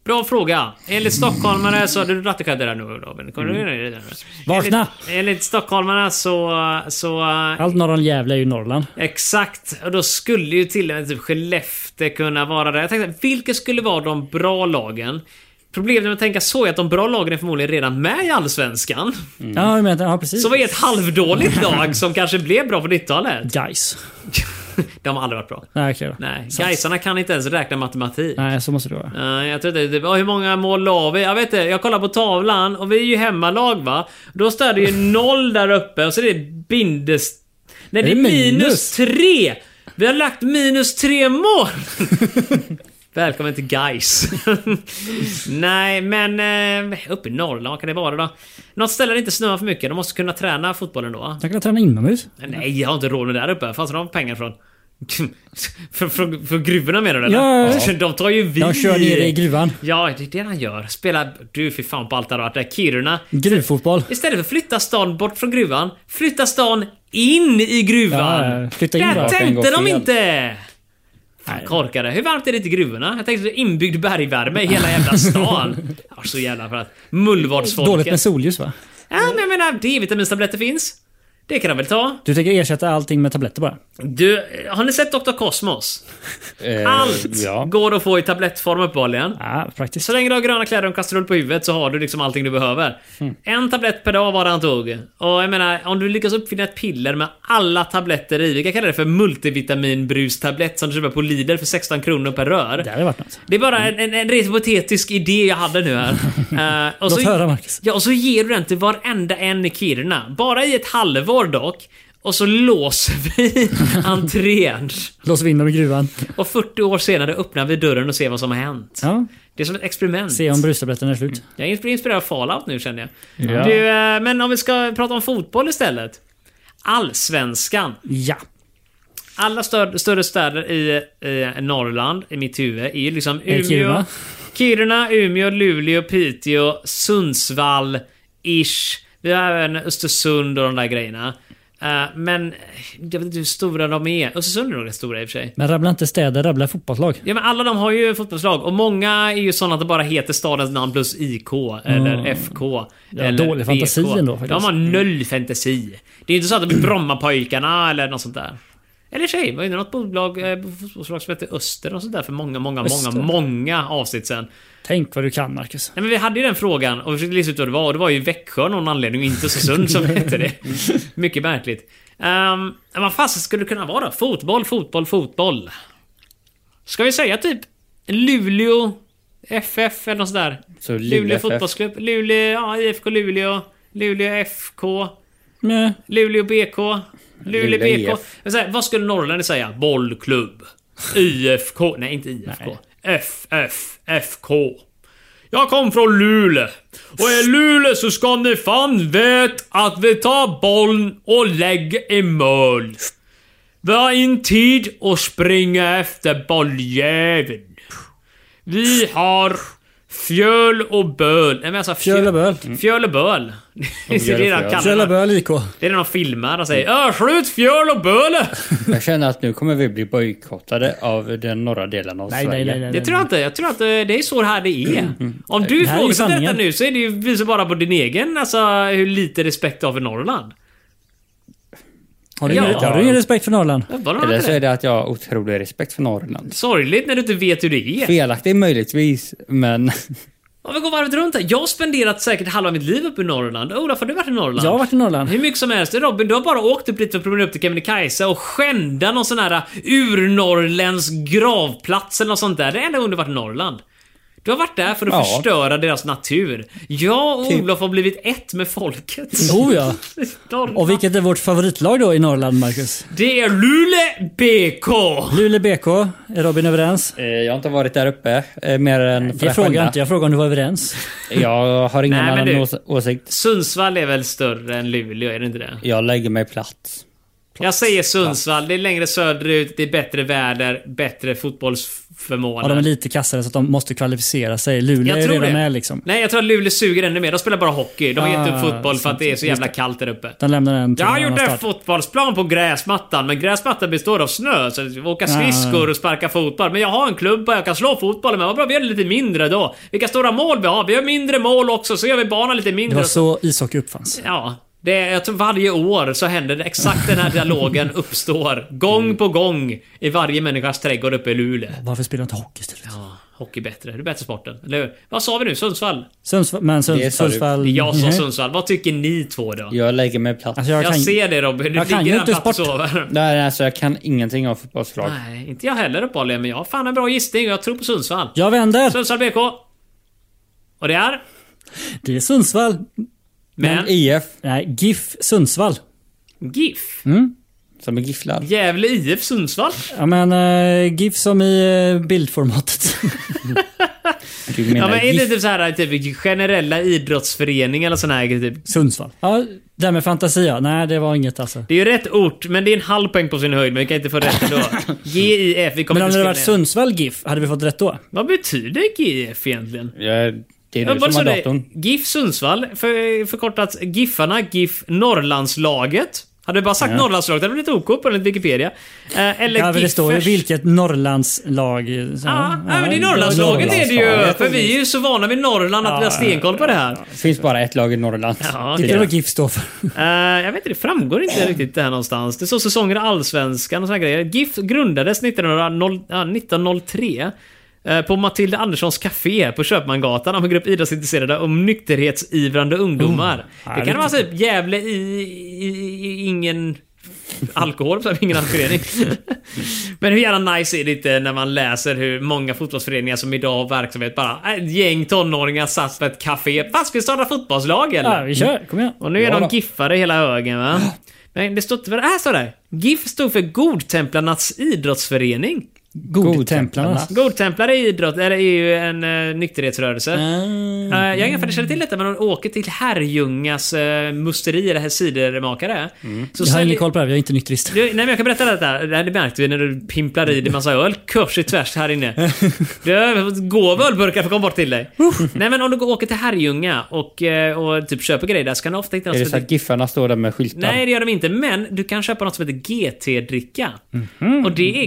Bra fråga. Enligt stockholmarna så... Du drack det där nu Robin. Kommer du ihåg det?
Mm. Vakna!
Enligt, enligt stockholmarna så... så eh,
Allt norr om Gävle är ju Norrland.
exakt. Och då skulle ju till och med typ Skellefteå kunna vara där. Jag tänkte, vilka skulle vara de bra lagen? Problemet med att tänka så är att de bra lagen är förmodligen redan med i Allsvenskan.
Ja, jag menar, ja, precis.
Mm. Så vad är ett halvdåligt lag som kanske blev bra på 90-talet?
Guys.
De har aldrig varit bra.
Nej, okej då.
Nej,
Sant.
Gaisarna kan inte ens räkna matematik.
Nej, så måste det vara.
Nej, jag tror inte... det- ja, Hur många mål la vi? Jag vet inte. Jag kollar på tavlan och vi är ju hemmalag va? Då står det ju noll där uppe och så är det bindes... Nej, det är
Är det
minus
minus?
tre! Vi har lagt minus tre mål! Välkommen till guys. Nej, men eh, uppe i Norrland, vad kan det vara då? Något ställe där det inte snöar för mycket. De måste kunna träna fotbollen då. va?
Jag kan träna inomhus.
Nej, jag har inte råd med det där uppe. Fanns har de pengar från? För, för, för gruvorna menar du? eller?
Ja, ja,
De tar ju vi.
De kör ner i gruvan.
Ja, det är det han gör. Spelar... Du fy fan på allt han har varit där. Kiruna.
Gruvfotboll.
Istället för att flytta stan bort från gruvan, flytta stan in i gruvan.
Ja, ja, flytta in
där
bara.
tänkte
Den
de
går fel.
inte! Fan, korkade. Hur varmt är det i gruvorna? Jag tänkte inbyggd bergvärme i hela jävla stan. Jag var så jävla för att...
Dåligt med
Mullvadsfolket.
solljus va?
Ja, men jag menar, D-vitaminstabletter finns. Det kan de väl ta?
Du tänker ersätta allting med tabletter bara?
Du, eh, har ni sett Dr. Cosmos?
Eh,
Allt
Ja.
går att få i tablettform uppenbarligen.
Ja, praktiskt.
Så länge du har gröna kläder och en kastrull på huvudet så har du liksom allting du behöver.
Hmm.
En tablett per dag var det han tog. Och jag menar, om du lyckas uppfinna ett piller med alla tabletter i, vi kan kalla det för multivitaminbrustablett som du köper på Lidl för 16 kronor per rör.
Det hade varit något.
Det är bara en, en, en rent hypotetisk idé jag hade nu här. Eh, och
Låt höra, Marcus.
Ja, och så ger du den till varenda en i Kiruna. Bara i ett halvår dock. Och så låser vi entrén.
Låser vi in dem i gruvan.
Och 40 år senare öppnar vi dörren och ser vad som har hänt.
Ja,
Det är som ett experiment.
se om brustabletterna är slut.
Jag är inspirerad av Fallout nu känner jag. Du, eh, men om vi ska prata om fotboll istället. Allsvenskan.
Ja.
Alla stör, större städer i, i Norrland, i mitt huvud, är ju liksom Umeå, Kiruna.
Kiruna?
Umeå, Luleå, Piteå, Sundsvall, ish. Vi har även Östersund och de där grejerna. Eh, men jag vet inte hur stora de är. Östersund är nog rätt stora i och för sig.
Men rabbla inte städer, rabbla fotbollslag.
Ja men alla de har ju fotbollslag och många är ju sådana att det bara heter stadens namn plus IK eller FK.
Mm. Ja,
eller
dålig fantasi
BK.
ändå, faktiskt.
De har noll fantasi. Det är inte så att de blir Brommapojkarna eller något sånt där. Eller i och för sig, var det något bolag, eh, fotbollslag som hette Öster och sånt där för många, många,
Öster.
många, många avsnitt sen.
Tänk vad du kan, Marcus.
Nej men vi hade ju den frågan och vi försökte lista ut vad det var och det var ju Växjö av någon anledning och inte Östersund som hette det. Mycket märkligt. Um, vad fasen skulle det kunna vara då? Fotboll, fotboll, fotboll. Ska vi säga typ Luleå FF eller något sådär?
Så Luleå
Luleå
FF.
fotbollsklubb. Luleå, ja, IFK Luleå. Luleå FK.
Nej.
Luleå BK. Luleå
Luleå
BK.
IF.
Men så här, vad skulle norrlänningar säga? Bollklubb. IFK. Nej, inte IFK. FF. FK. Jag kom från Luleå. Och i Luleå så ska ni fan vet att vi tar bollen och lägger i mål. Vi har in tid att springa efter bolljäveln. Vi har fjöl och böl. Nej men alltså fjö-
Fjöl och böl.
Fjöl och böl. Det är
fjöl.
redan kallat.
Kjellaböl IK.
Det är när de filmar och säger "Ö, skjut fjöl och böle!
Jag känner att nu kommer vi bli bojkottade av den norra delen av
Nej, nej,
Sverige.
nej, nej.
Det tror jag inte. Jag tror att eh, det är så här det är. Om du
Det här är ju
ifrågasätter detta
sanningen.
nu så är det ju, visar bara på din egen, alltså hur lite respekt du har för Norrland.
Har du,
Ja.
ingen- har du ingen respekt för Norrland?
Jag bara,
Eller
inte
så
det.
är det att jag har otrolig respekt för Norrland.
Sorgligt när du inte vet hur det är.
Felaktig möjligtvis, men
Om vi går varvet runt här. Jag har spenderat säkert halva mitt liv uppe i Norrland. Ola, har du varit i Norrland?
Jag har varit i Norrland.
Hur mycket som helst. Robin, du har bara åkt upp dit för att promenera upp till Kebnekaise och skända någon sån här uh, urnorrländsk gravplats eller något sånt där. Det enda gången du varit i Norrland. Du har varit där för att
Ja.
förstöra deras natur. Jag och
Typ.
Olof har blivit ett med folket.
Oh ja.
Norrland.
Och vilket är vårt favoritlag då i Norrland, Marcus?
Det är Luleå BK!
Luleå BK. Är Robin överens?
eh, jag har inte varit där uppe eh, mer än för
Det
att
frågar jag
skända.
inte. Jag frågar om du var överens.
Jag har ingen
Nej, men
annan
du-
ås- åsikt.
Sundsvall är väl större än Luleå, är det inte det?
Jag lägger mig platt.
Jag säger Sundsvall. Det är längre söderut, det är bättre väder, bättre fotbollsförmåga.
Ja, de är lite kassare så att de måste kvalificera sig. Luleå
Jag
är ju
tror
redan
det.
med liksom.
Nej, jag tror att Luleå suger ännu mer. De spelar bara hockey. De har gett upp
Ah,
fotboll för att
sant.
det är så jävla kallt där uppe.
Den lämnar den till
Jag
någon
gjorde
annan
en
stad.
fotbollsplan på gräsmattan, men gräsmattan består av snö. Så vi får
Ah.
åka skridskor och sparka fotboll. Men jag har en klubba jag kan slå fotbollen med. Vad bra, vi gör det lite mindre då. Vilka stora mål vi har. Vi har mindre mål också, så gör vi banan lite
Det
mindre.
var så ishockey uppfanns.
Ja. Det, jag tror varje år så händer det exakt den här dialogen uppstår. Gång på gång i varje människas trädgård uppe i Luleå.
Varför spelar de inte hockey istället?
Ja, hockey bättre. Det är bättre sporten, eller hur? Vad sa vi nu? Sundsvall?
Sundsvall, men Sunds-
Det sa du.
Sundsvall...
Jag sa
Nej.
Sundsvall. Vad tycker ni två då?
Jag lägger mig platt.
Alltså jag,
Jag,
Mm-hmm. kan...
ser det Robin. Du
jag kan
ligger
ju
redan
inte
platt och
sport.
sover.
Nej, nej, alltså jag kan ingenting om fotbollslag.
Nej, inte jag heller uppehållligen. Men jag har fan en bra gissning och jag tror på Sundsvall.
jag vänder!
Sundsvall BK. Och det är?
Det är Sundsvall.
Men...
IF,
Nej, GIF Sundsvall.
GIF?
Mm.
som är gifflad.
Gävle IF Sundsvall?
Ja men eh, GIF som i eh, bildformatet.
Du
Ja
menar
men är det
GIF?
typ såhär typ generella idrottsföreningar eller sån här grej, typ?
Sundsvall. Ja, det här med fantasia. Nej, det var inget alltså.
Det är ju rätt ort, men det är en halv poäng på sin höjd, men vi kan inte få rätt ändå. GIF, vi kommer
Men
inte
om det hade
skriva
varit
ner.
Sundsvall GIF, hade vi fått rätt då?
Vad betyder GIF egentligen?
Jag- Det är
Ja,
du
bara
som har
så det-
datorn.
GIF Sundsvall, för, förkortat GIFarna, GIF Norrlandslaget. Hade du bara sagt Norrlandslaget hade det blivit OK på enligt Wikipedia. Eh, eller
Ja, men det står ju
Giffers.
vilket Norrlandslag. eh, så-
Ja, ja, men det är Norrlandslaget är det ju. För vi är ju så vana vid Norrland att vi har stenkoll på det här.
Det finns bara ett lag i Norrland.
Ja,
Vilket
det-
vad GIF står för.
Eh, jag vet inte, det framgår inte riktigt det här någonstans. Det står säsonger i Allsvenskan och såna här grejer. GIF grundades 1900, ja, 1903 eh, på Matilda Anderssons Café på Köpmangatan av en grupp idrottsintresserade och nykterhetsivrande ungdomar.
Oh,
det kan vara typ Gävle i, i, i ingen alkohol, så här, ingen alkoholförening. Men hur jävla nice är det inte när man läser hur många fotbollsföreningar som idag har verksamhet bara, "Äh, ett gäng tonåringar satt på ett café. Fast ska vi starta fotbollslag eller?
Ja, vi kör. Kom igen.
Och nu är
Ja
de
då.
giffare hela högen va? Men det står inte vad det här står där. GIF stod för Godtemplarnas idrottsförening.
Godtemplarna.
Godtemplare i idrott, eller är ju en uh, nykterhetsrörelse.
Mm.
Eh, jag har ingen fall känner till detta, men de åker till Herrljungas uh, musteri, eller här cidermakare.
Mm.
Så
Jag har
säljer-
ingen koll på det här, jag är inte nykterist.
du, nej men jag kan berätta detta. Det här märkte vi när du pimplar i dig massa öl kors i tvärs här inne. Du går med ölburkar för att komma bort till dig. nej men om du går- åker till Herrljunga och, eh, och typ köper grejer där så kan du ofta hitta något
Är det
som
så
heter
att giffarna står där med skyltar?
Nej, det gör de inte. Men du kan köpa något som heter GT-dricka. Och det är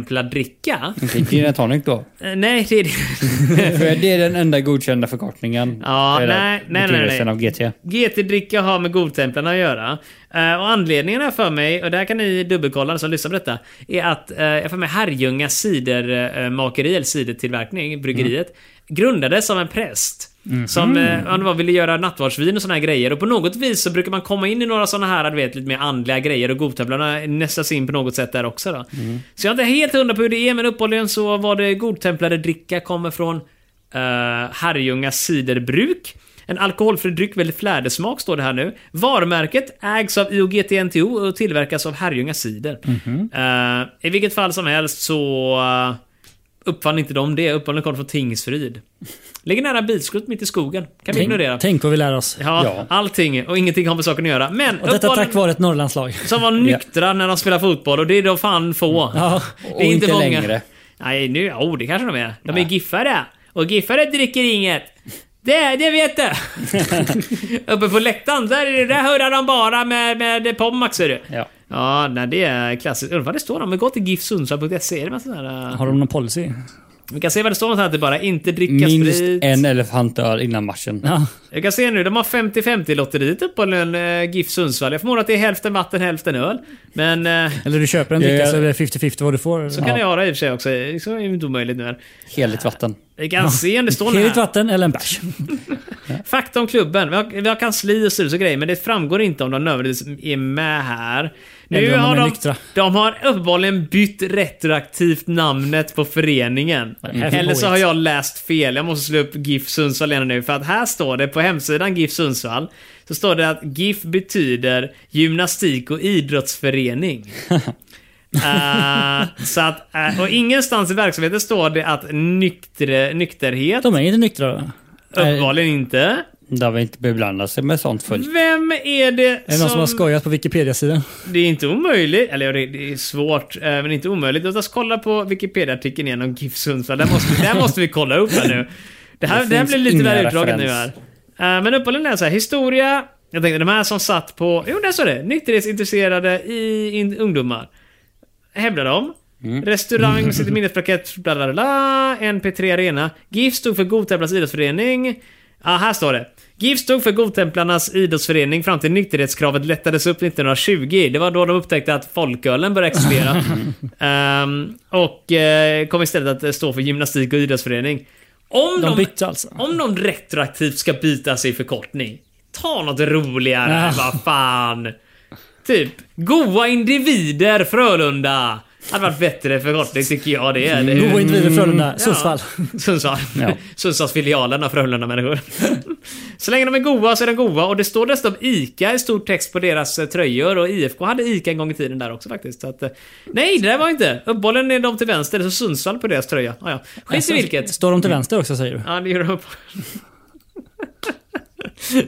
godtemplardricka.
Det är gin and tonic då.
Eh, nej, det är det.
För det är den enda godkända förkortningen.
Ja,
Det är
nej, nej, nej,
betydelsen
nej.
av GT.
GT-dricka har med godtemplarna att göra. Eh, och anledningen är för mig, och det här kan ni dubbelkolla som lyssnar på detta, är att eh, jag för mig Herrljunga cidermakeri, eller cidertillverkning, bryggeriet, grundades av en präst. Som eh, han var, ville göra nattvardsvin och såna här grejer. Och på något vis så brukar man komma in i några såna här, du vet, lite mer andliga grejer. Och godtemplarna nästas in på något sätt där också då. Så jag är inte helt hundra på hur det är, men uppehållligen så var det godtemplare dricka kommer från eh, Herrljunga ciderbruk. En alkoholfri dryck med flädersmak står det här nu. Varumärket ägs av IOGT-NTO och tillverkas av Herrljunga Cider.
Mhm.
Eh, I vilket fall som helst så eh, uppfann inte de det. Uppfann kom från Tingsryd. Ligger nära bilskrot mitt i skogen. Kan vi ignorera.
Tänk, tänk vad vi lär oss.
Ja,
Ja.
allting och ingenting har med saken att göra. Men
Och detta
uppehållen-
tack vare ett Norrlandslag.
som var nyktra när de spelar fotboll och det är de fan få.
Ja,
och inte längre.
Nej, nu, oh, det kanske de är. De är giffare. Och giffare dricker inget. Det, det vet du! Uppe på läktaren, där, är det- där hurrar de bara med, med Pommac ser du.
Ja.
Ja, nej, det är klassiskt. Undrar vad det står om. Vi går till gifsundsvall.se. Är det massa sådär, eh,
Har de någon policy?
Vi kan se vad det står någonstans. Att det bara inte dricka
Minst
sprit.
en elefantöl innan matchen.
Ja.
Jag kan se nu, de har 50-50-lotteriet uppe på en, eh, GIF Sundsvall. Jag förmodar att det är hälften vatten, hälften öl. Men... eh,
Eller du köper en dricka
Ja.
så är det 50-50 vad du får.
Så kan det vara i och för sig också. Det är liksom inte omöjligt nu. här.
Heligt vatten.
Vi kan se om det står
Heligt
här.
vatten eller en bärs.
Fakta om klubben. Vi har, vi har kansli och styrelse och grejer, men det framgår inte om de nödvändigtvis är med här.
Eller
Nu
om de
har
är
de,
nyktra.
de har uppenbarligen bytt retroaktivt namnet på föreningen.
det här för
Eller så
påhitt?
har jag läst fel. Jag måste slå upp GIF Sundsvall igen nu. För att här står det på hemsidan GIF Sundsvall, så står det att GIF betyder gymnastik och idrottsförening. Eh, så att, eh, och ingenstans i verksamheten står det att nykter, nykterhet,
De är inte nyktra då?
uppenbarligen inte.
Där vi inte beblandar sig med sånt fullt.
Vem är det,
Är det någon som har skojat på Wikipedia-sidan?
Det är inte omöjligt, eller ja, det, det är svårt, eh, men inte omöjligt. Låt oss kolla på Wikipedia-artikeln igen om GIF Sundsvall. Där måste, där måste vi kolla upp här nu. Det här,
Det
det här
finns
blir lite
inga
väl utdraget nu här.
referens.
Eh, Men uppehållen är så här, historia. Jag tänkte de här som satt på, jo där står det, nykterhetsintresserade i in, ungdomar. Hävdar de.
Mm.
Restaurang, sitter minnesplakett, bla bla bla, NP3 Arena. GIF stod för Godtemplarnas idrottsförening. Ja, här står det. GIF stod för Godtemplarnas idrottsförening fram till nykterhetskravet lättades upp 1920. Det var då de upptäckte att folkölen började existera. Ehm, och eh, kom istället att stå för gymnastik och idrottsförening. Om
De
de,
bytte alltså?
om de retroaktivt ska byta sig förkortning, ta något roligare,
Ah.
vad fan. Typ, goa individer Frölunda. Hade varit bättre förkortning tycker jag det är. Det är
Mm.
ju-
Goa individer Frölunda, Sundsvall.
Sundsvall.
Ja.
Sundsvallsfilialen av Frölunda-människor. så länge de är goa så är de goa och det står dessutom ICA i stor text på deras eh, tröjor och IFK hade ICA en gång i tiden där också faktiskt. Så att, eh, nej, det där var inte. Uppbollen är de till vänster, det står Sundsvall på deras tröja. Ah, ja. Skit i vilket.
Står de till vänster också säger du?
Ja, det gör de upp.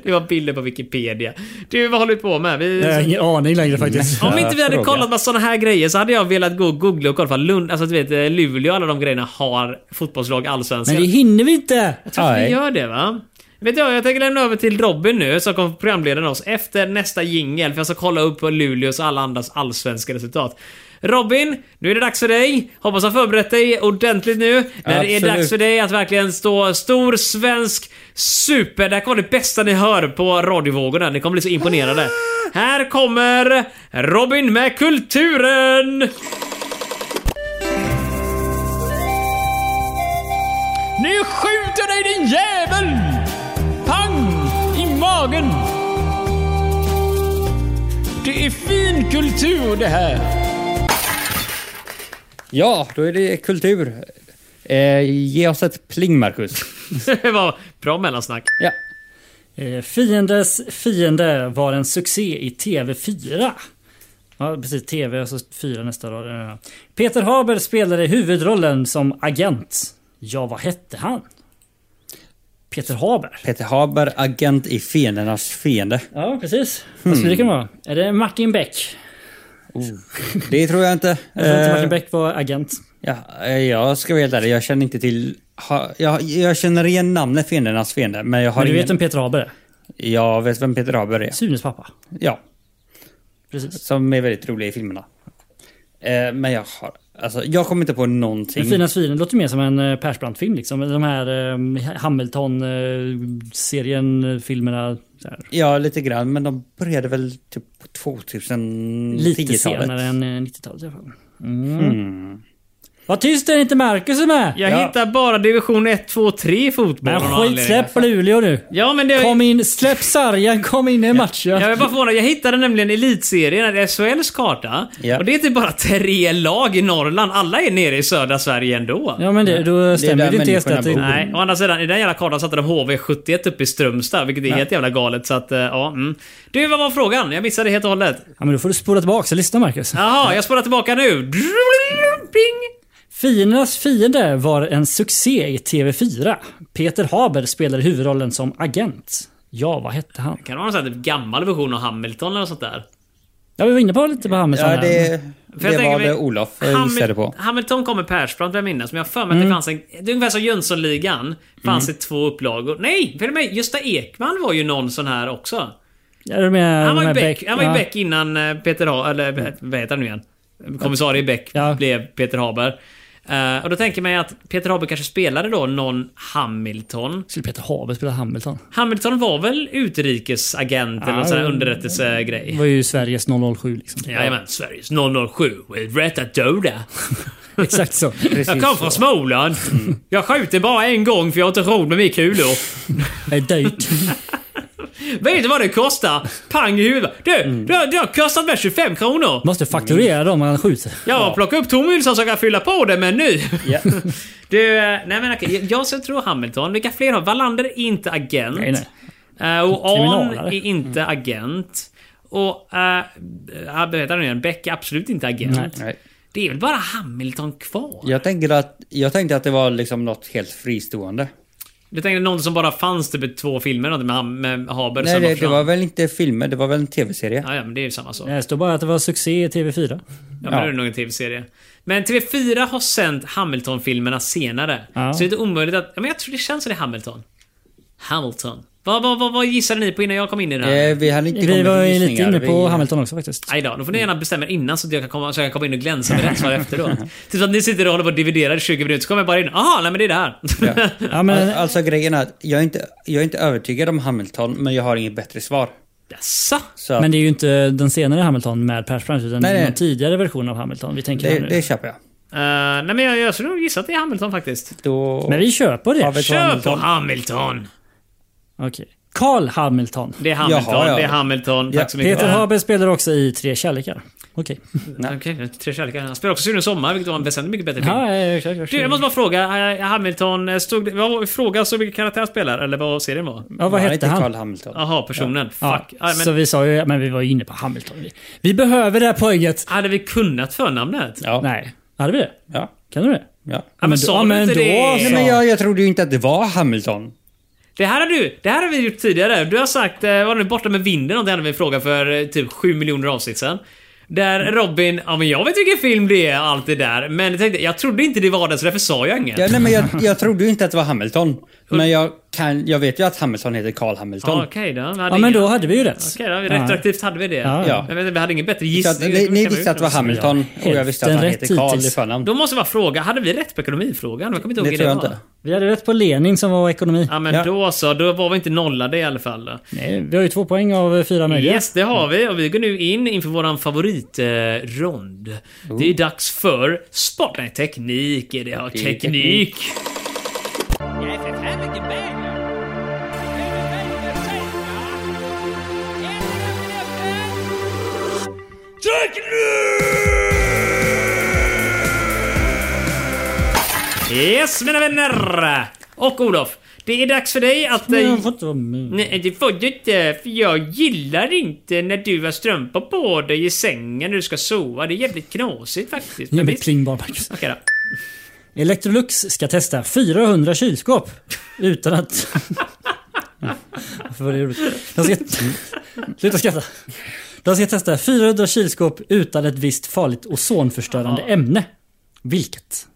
Det var bilder på Wikipedia. Du, vad håller vi på med? Vi,
Jag har Eh, ingen aning längre faktiskt.
om inte vi hade
Mm. fråga.
kollat på sådana här grejer så hade jag velat gå och googla och kolla på Lund, alltså du vet eh, Luleå och alla de grejerna har fotbollslag allsvenskan.
Men det hinner vi inte!
tror att vi
Nej.
gör det va? Vet du vad, jag tänker lämna över till Robin nu som kommer programleda oss efter nästa jingel för jag ska kolla upp på Luleås och alla andras allsvenska resultat. Robin, nu är det dags för dig. Hoppas jag förberett dig ordentligt nu. När det är
Absolut.
dags för dig att verkligen stå stor svensk super... Det här kommer det bästa ni hör på radiovågorna. Ni kommer bli så imponerade. Här kommer Robin med kulturen!
Nu skjuter dig din jävel! Pang! I magen! Det är fin kultur det här.
Ja, då är det kultur. Eh, ge oss ett pling, Marcus.
Det var bra mellansnack.
Ja.
Eh, Fiendens fiende var en succé i TV4. Ja, precis. TV, alltså 4 nästa rad. Eh, Peter Haber spelade huvudrollen som agent. Ja, vad hette han? Peter Haber.
Peter Haber, agent i Fiendernas Fiende.
Ja, precis. Vad skulle det kunna
Hmm.
vara? Är det Martin Beck?
Det tror jag inte.
Jag tror inte Martin
Eh,
Beck var agent.
ja, eh, jag ska vara helt ärlig, jag känner inte till... Ha, jag, jag känner igen namnet Fiendernas Fiende, men jag har
Men du
ingen...
vet vem Peter Haber är?
Jag vet vem Peter Haber är.
Sunes pappa.
Ja,
Precis.
som är väldigt rolig i filmerna. Eh, men jag har... Alltså, jag kommer inte på någonting.
Den fina svinen låter mer som en eh, Persbrandt-film liksom. De här eh, Hamilton-serien, eh, filmerna. Så här.
Ja, lite grann, men de började väl typ på 2010-talet.
Lite senare än eh, 90-talet i alla fall. Mm. Vad tyst är det inte Marcus är med?
Jag hittar bara division 1, 2, 3 i fotboll.
Men
av någon
skit,
anledning.
släpp Luleå nu.
Ja, men det...
Kom in, släpp sargen, kom in i matchen.
Jag är bara förvånad. Jag hittade nämligen Elitserien, eller SHLs karta.
Ja.
Och det är typ bara tre lag i Norrland. Alla är nere i södra Sverige ändå.
Ja men det, då stämmer
där
det inte ens
människorna
att det-
bor.
Nej, å andra sidan, i den jävla kartan satte de HV71 uppe i Strömstad, vilket är helt jävla galet. Så att, eh, ja. Mm. Du, vad var frågan? Jag missade helt och hållet.
Ja men då får du spola tillbaka och lyssna Marcus.
Jaha, jag spårar tillbaka nu. Ping!
Fiendernas fiende var en succé i TV4. Peter Haber spelade huvudrollen som agent. Ja, vad hette han?
Kan det vara någon sån här typ gammal version av Hamilton eller något sånt där?
Ja, vi var inne på lite på Hamilton
Ja,
här.
det,
För jag
det
tänker
var
mig-
det Olof jag gissade på. Mm.
Hamilton kom med Persbrandt vill jag minnas, men jag har för mig att det fanns en... Det är ungefär som Jönssonligan. Fanns det två upplagor. Nej! För mig, Gösta Ekman var ju någon sån här också.
Ja, det är med,
Han var ju
med
Beck, han var ju
ja.
Beck innan eh, Peter Ha... Eller eh, vad heter han nu igen? Kommissarie Beck
Ja.
blev Peter Haber. Eh, och då tänker man ju att Peter Haber kanske spelade då någon Hamilton.
Skulle Peter Haber spela Hamilton?
Hamilton var väl utrikesagent eller någon sån här underrättelsegrej?
Det var ju Sveriges 007 liksom.
Jajamän, Sveriges 007 with Ratatoda.
Exakt så.
Jag kom från Småland. Jag skjuter bara en gång för jag har inte råd med min kulor.
Det är dyrt.
Vet du vad det kostar? Pang i huvudet. Du,
Mm.
det, har, det har kostat mig 25 kronor.
Måste fakturera dem när han skjuter.
Jag har plockat upp tomhylsan så jag kan fylla på det med nu.
Ja.
Du, eh, nej men okej. Jag, jag så tror Hamilton. Vilka fler har Wallander är inte agent.
Nej, nej.
Eh, och Ahn
Kriminalare.
är inte
Mm.
agent. Och... eh, Vad heter han nu igen? Beck är absolut inte agent.
Nej.
Det är väl bara Hamilton kvar?
Jag, tänker att, jag tänkte att det var liksom något helt fristående.
Du tänkte någon som bara fanns typ i två filmer någonting med, Ham- med Haber
Nej,
som
det, det
försvann.
var väl inte filmer, det var väl en tv-serie.
Ja, ja, men det är ju samma sak. Ja,
Det står bara att det var succé i TV4.
men det är nog en tv-serie. Men TV4 har sänt Hamilton-filmerna senare.
Ja.
Så det är inte omöjligt att... Ja, men jag tror det känns som det är Hamilton. Hamilton. Vad, vad, vad, vad gissade ni på innan jag kom in i det här?
Eh, vi hade inte
Vi
kommit
var
till
ju lite
gissningar.
inne på
Vi-
Hamilton också faktiskt.
Aj då, då får ni gärna bestämma er innan så att jag kan komma, så jag kan komma in och glänsa med rätt svar efteråt. Typ så att ni sitter och håller på och dividerar i 20 minuter, så kommer jag bara in. Aha, nej men det är det här.
Ja, men,
Al- Alltså grejen är att jag är, inte, jag är inte övertygad om Hamilton, men jag har inget bättre svar.
Jaså? Eh,
Så
men det är ju inte den senare Hamilton med Persbrandt utan
Nej, nej.
någon tidigare version av Hamilton vi tänker
det,
på nu.
det köper jag.
Eh, nej men jag, jag skulle nog gissa att det är Hamilton faktiskt.
Då...
Men vi kör på det.
Ja, vi-
Kör på
Hamilton.
Hamilton!
Okej. Carl Hamilton.
Det är Hamilton,
Jaha, ja.
det är Hamilton. Tack
Ja,
så mycket.
Peter Haber spelar också i Tre kärlekar. Okej.
Okej, Tre kärlekar. Han spelar också Sune Sommar, vilket var en väsentligt mycket bättre film.
Ja, ja, exakt, exakt.
Du, jag måste bara fråga. eh, Hamilton, eh, stod, det- vad var fråga så vilken karaktär han spelar? Eller vad serien var?
ja, vad
Nej,
hette
inte Carl
han?
Hamilton.
Jaha, personen.
Ja,
Fuck. Aj,
Så
men,
vi sa ju, men vi var ju inne på Hamilton. Vi, vi behöver det här poänget.
hade vi kunnat förnamnet?
Ja.
Nej. Hade vi det?
Ja.
Kan du det?
ja.
Ja, men sa
ja,
du
men
inte
då
det?
så.
Nej, men jag, jag trodde ju inte att det var Hamilton.
Det här har du, det här har vi gjort tidigare. Du har sagt, eh, var det nu borta med vinden och det hade vi en fråga för eh, typ 7 miljoner avsnitt sedan.
Mm.
Där Robin, ja men jag vet vilken film det är och allt det där. Men jag tänkte, jag trodde inte det var den så därför sa jag inget.
Ja, nej, men jag, jag trodde ju inte att det var Hamilton. Men jag, kan, jag vet ju att Hamilton heter Carl Hamilton.
Ja, Okej då.
Ja, men då hade vi ju rätt.
Okej då, retroaktivt hade vi det.
Ja.
Ja.
Jag vet inte, vi hade ingen bättre
Så
gissning.
att, ni,
Kan vi
ni
ut
visste att det var
något?
Hamilton och jag visste att han
Hälften
heter
rätt
Carl i
hittills.
förnamn.
Då måste jag bara fråga, hade vi rätt på ekonomifrågan? Jag kommer inte ihåg
Det
hur
tror jag
var.
inte.
Vi hade rätt på Lenin som var ekonomi.
Ja men
Ja.
då så, då var vi inte nollade i alla fall.
Nej, vi har ju två poäng av eh, fyra möjliga.
Yes, det har vi och vi går nu in inför våran favoritrond. Eh, rond. Det är dags för Sport... Nej, teknik är det. Ja,
är
teknik.
Jag är förfärligt bäg.
Yes, mina vänner! Och Olof, det är dags för dig att...
Men
Eh,
jag får inte vara med.
nej, det får du inte, för jag gillar inte när du har strumpor på dig i sängen när du ska sova. Det är jävligt knasigt faktiskt.
Nu
Men
blir
visst.
pling bara, Marcus.
Okej då.
Electrolux ska testa 400 kylskåp utan att... Varför var det roligt? De ska... Sluta skratta. De ska testa 400 kylskåp utan ett visst farligt ozonförstörande ämne. Vilket?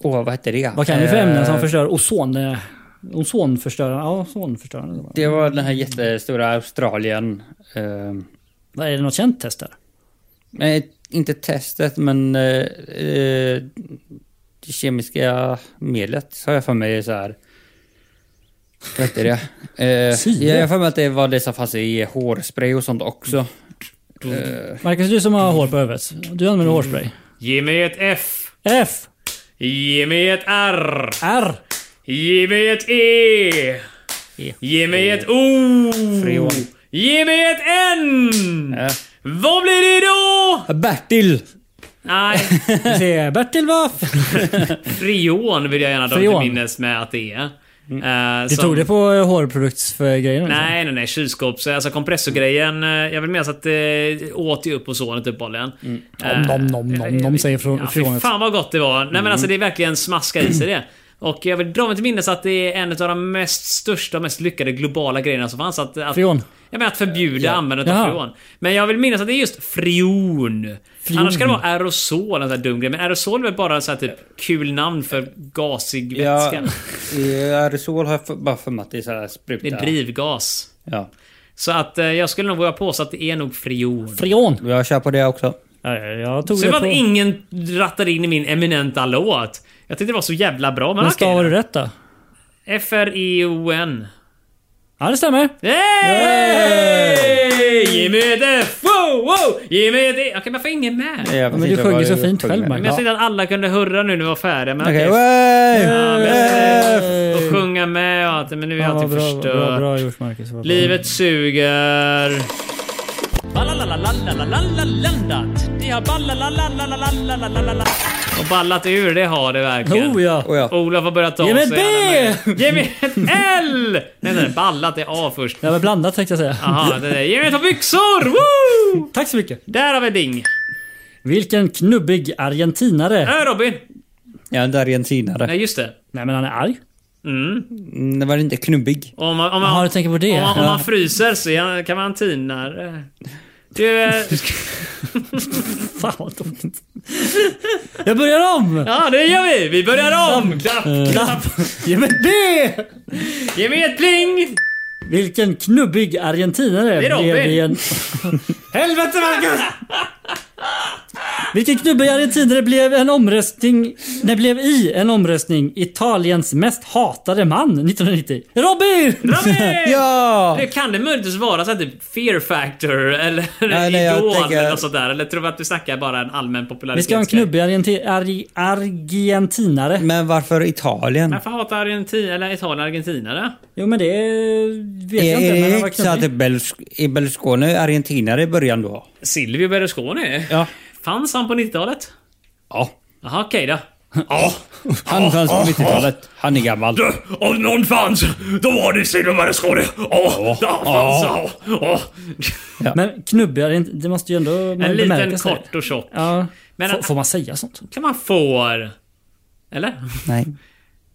Åh, vad hette det?
Vad kan vi för
Eh,
ämnen som förstör ozon... eh, Ozonförstörande? Ja, ozonförstörande.
Det var den här jättestora Australien... ehm,
Vad Är det något känt test där?
Nej, inte testet men eh, eh, det kemiska medlet har jag för mig är så här. Vad heter det? Eh,
Syre?
jag har för mig att det var det som fanns i hårspray och sånt också.
Marcus, du som har hår på huvudet. Du använder hårspray.
Ge mig ett F.
F!
Ge mig ett R.
R.
Ge mig ett E.
E.
Ge mig ett O.
Freon.
Ge mig ett N.
Ja.
Vad blir det då?
Bertil!
Nej,
Vi ser Bertil Waff.
Freon vill jag gärna dra till
Freon.
minnes med att det är. Eh,
Du
som-
tog det på eh, hårproduktsgrejen?
Nej, nej, nej. Kylskåps... Alltså kompressorgrejen. eh, Jag vill minnas att det åt ju upp ozonet uppenbarligen. Mm.
Nom, nom, nom, nom, nom, säger Mm. från-
eh, ja, fy
freonet.
Fan vad gott det var. Nej men alltså det är verkligen smaska i sig det. Och jag vill dra mig till minnes att det är en av de mest största och mest lyckade globala grejerna som fanns. Att, att,
Freon.
Jag menar att förbjuda användandet av
Jaha.
freon. Men jag vill minnas att det är just freon.
Freon.
Annars kan det vara aerosol, en sån här dum grej. Men aerosol är väl bara en sån här typ kul namn för gasig
Ja,
vätska.
eh, aerosol har jag för, bara för mig att det är så här spruta.
Det är drivgas.
Ja.
Så att eh, jag skulle nog våga påstå att det är nog freon.
Freon.
Jag kör på det också.
Ja, ja, Jag tog
Så det
det
var
på...
att ingen rattade in i min eminenta låt. Jag tyckte det var så jävla bra. Men
Men
okej.
stavar du rätt då?
E F-R-E-O-N.
Ja, det stämmer.
Hey! Ge mig ett F! Wow, wow! Ge mig ett E! Okej, varför är ingen med?
Ja,
men du sjunger så fint själv,
Men
Mark.
jag tyckte att alla kunde hurra nu när vi var färdiga. Men
Okej,
okej. Ja, men,
okay.
eh, Och sjunga med och allt. Men nu är
Ja,
allting
vad bra, vad
typ förstört.
bra, bra, bra gjort Marcus. vad bra.
Livet suger. Och ballat ur, det har det verkligen.
Oh ja.
Oh, ja.
Olof har börjat ta
Ge mig
sig
B!
alla möjliga- Ge mig ett L! Nej, nej, ballat är A först.
Ja, men blandat tänkte jag säga.
Jaha, det där. Ge mig ett par byxor! Woo!
Tack så mycket.
Där har vi ding.
Vilken knubbig argentinare.
Äh, Robin!
Jag är inte argentinare.
Nej, just det.
Nej, men han är arg.
Mm.
Mm, Det var inte knubbig.
Om man, om man,
Jaha, du tänker på det.
Om man, om
Ja.
man fryser så är han- kan man tina. det. Du, eh,
Fan vad dåligt. Jag börjar om!
ja det gör vi! Vi börjar om! Klapp, klapp!
Ge mig B!
Ge mig ett pling!
Vilken knubbig argentinare
Det är Robin.
blev i en... Helvete Marcus! Vilken knubbig argentinare blev en omröstning... Nej, blev i en omröstning Italiens mest hatade man 1990? Robin!
Robin!
Ja!
Det kan det möjligtvis vara så här typ fear factor eller
Nej, nej, jag
idol
tänker-
eller något sånt där. Eller tror du att du snackar bara en allmän popularitet?
Vi ska ha en knubbig argenti... Arg... argentinare.
Men varför Italien?
Varför hatar Argentina, eller Italien argentinare?
Jo men det vet jag
Är
inte. Men han var
det så att
knubbig.
Berlus- är Berlusconi argentinare i början då?
Silvio Berlusconi?
Ja.
Fanns han på 90-talet?
Ja.
Jaha, okej då.
Han fanns på 90-talet. Han är gammal.
Äh, Om någon fanns, då var det Silvio Berlusconi. Åh, där fanns han. Åh.
Men knubbig argentinare, det måste ju ändå... man
En liten
bemärka sig.
kort och tjock.
Ja.
Men-
får, får man säga sånt?
kan man får. Eller?
Nej.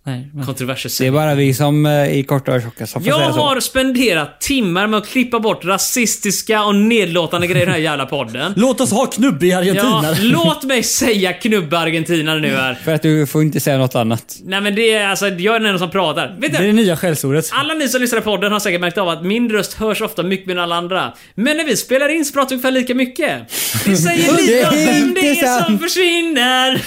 Nej. Men...
Kontroverser
Det är bara vi som eh, är korta och tjocka som får
Jag
säga så.
har spenderat timmar med att klippa bort rasistiska och nedlåtande grejer i den här jävla podden.
Låt oss ha knubbig
Ja,
argentinare.
låt mig säga knubba argentinare nu här.
För att du får inte säga något annat.
Nej men det är alltså, jag är den enda som pratar. Vet
Det är
du,
det nya skällsordet.
alla ni som lyssnar på podden har säkert märkt av att min röst hörs ofta mycket mer än alla andra. Men när vi spelar in så pratar vi ungefär lika mycket. Det säger lite om
Det är
vem det
inte
är som
sant.
försvinner.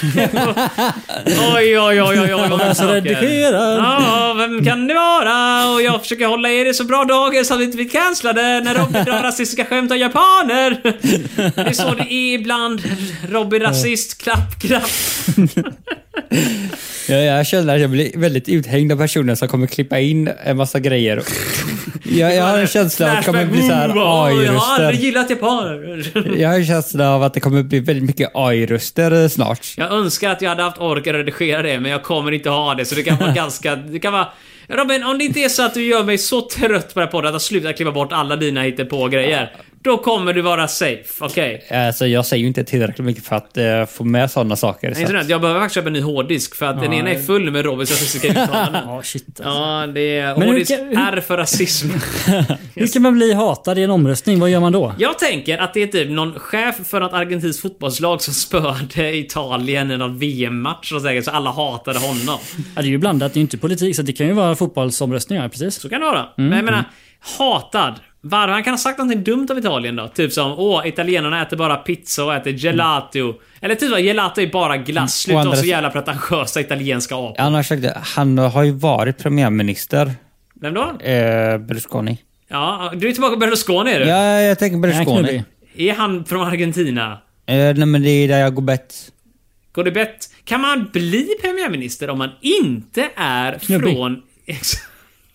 oj, oj, oj, oj, oj. vad
Alltså,
saker.
redigerad.
Ja, vem kan det vara? Och jag försöker hålla er i så bra dagar så att vi inte blir cancellade när Robin drar rasistiska skämt om japaner. Det är så det är ibland. Robin rasist, klapp, klapp.
Jag, jag känner att jag blir väldigt uthängd av personer som kommer klippa in en massa grejer. Jag, jag har en känsla av att det kommer bli så här
Flashback, wow, Jag har aldrig
AI-röster.
gillat japaner.
Jag har en känsla av att det kommer bli väldigt mycket AI-röster snart.
Jag önskar att jag hade haft ork att redigera det, men jag kommer inte ha det. Så det kan vara ganska... Det kan vara... Robin, om det inte är så att du gör mig så trött på den här podden att jag slutar klippa bort alla dina hittepå-grejer. Då kommer du vara safe, okej?
Alltså, jag säger ju inte tillräckligt mycket för att eh, få med sådana saker.
Nej,
Så.
inte det. Jag behöver faktiskt köpa en ny hårddisk för att den ena är full med Robins rasistiska uttalanden.
Ja, shit.
Ja, det är...
hur
Hårddisk
kan- hur-
är för rasism.
Hur ska man bli hatad i en omröstning? Vad gör man då?
Jag tänker att det är typ någon chef för något argentinskt fotbollslag som spöade Italien i någon VM-match och säkert så alla hatade honom.
Ja, det är ju blandat, det är ju inte politik så det kan ju vara fotbollsomröstningar. Precis.
Så kan det vara.
Mm,
Men jag menar, hatad. Varför? Han kan ha sagt någonting dumt om Italien då. Typ som åh, italienarna äter bara pizza och äter gelato. Eller typ vad, gelato är bara glass. Sluta
Mm. andra
vara så
sidan-
jävla pretentiösa italienska apor.
Annars, han har ju varit premiärminister,
Vem då?
eh, Berlusconi.
Ja, du är tillbaka på Berlusconi är du?
Ja, jag tänker
Nej,
Berlusconi.
knubbig.
Eh,
Är han från Argentina?
nej, men det är där jag går bett.
Går det bett? Kan man bli premiärminister om man inte är
Knubbig.
från...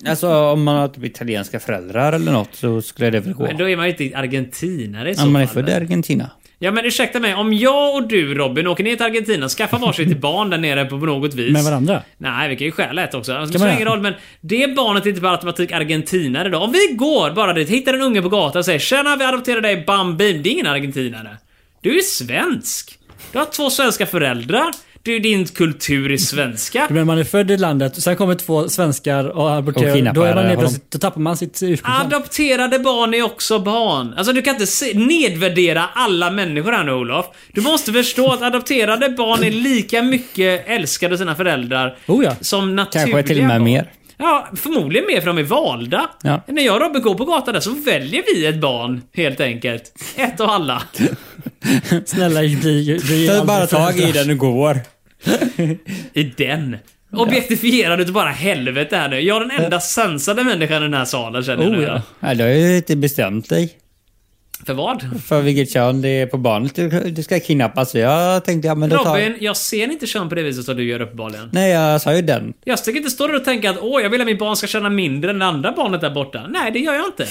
Alltså om man har typ italienska föräldrar eller något så skulle det väl gå.
Men då är man ju inte argentinare i så
Om man är
fall.
född i Argentina.
Ja men ursäkta mig, om jag och du Robin åker ner till Argentina och skaffar varsitt barn där nere på något vis.
Med varandra?
Nej, vi kan ju stjäla ett också. Alltså, det
Kan
spelar
man
ingen
göra?
roll, men det barnet är inte per automatik argentinare då. Om vi går bara dit, hittar en unge på gatan och säger “Tjena, vi adopterar dig, bam, bim. Det är ingen argentinare. Du är svensk. Du har två svenska föräldrar. Du, din kultur är svenska.
Men man är född i landet, sen kommer två svenskar och
Och
aborterar.
kidnappar
Då, är man helt
honom.
plötsligt, då tappar man sitt
Liksom.
ursprungsland.
Adopterade barn är också barn. Alltså du kan inte se, nedvärdera alla människor här nu Olof. Du måste förstå att adopterade barn är lika mycket älskade av sina föräldrar
Oh ja.
som naturliga
Kanske till och med
barn.
mer.
Ja, förmodligen mer för de är valda.
Ja.
När jag och Robin går på gatan där så väljer vi ett barn, helt enkelt. Ett av alla.
Snälla, bli, bli
Ta
aldrig
bara tag i
föräldrar.
den och går.
I den. Objektifierar du inte bara helvete här nu? Jag är den enda sansade människan i den här salen känner jag
Oh,
nu.
ja.
Ja, du har ju inte bestämt dig
För vad?
för vilket kön det är på barnet du, du ska kidnappas. Så Jag tänkte, ja men då tar...
Robin, jag ser inte kön på det viset som du gör uppenbarligen.
Nej, jag sa ju den.
Jag tänker inte stå där och tänka att åh, jag vill att mitt barn ska känna mindre än det andra barnet där borta. Nej, det gör jag inte.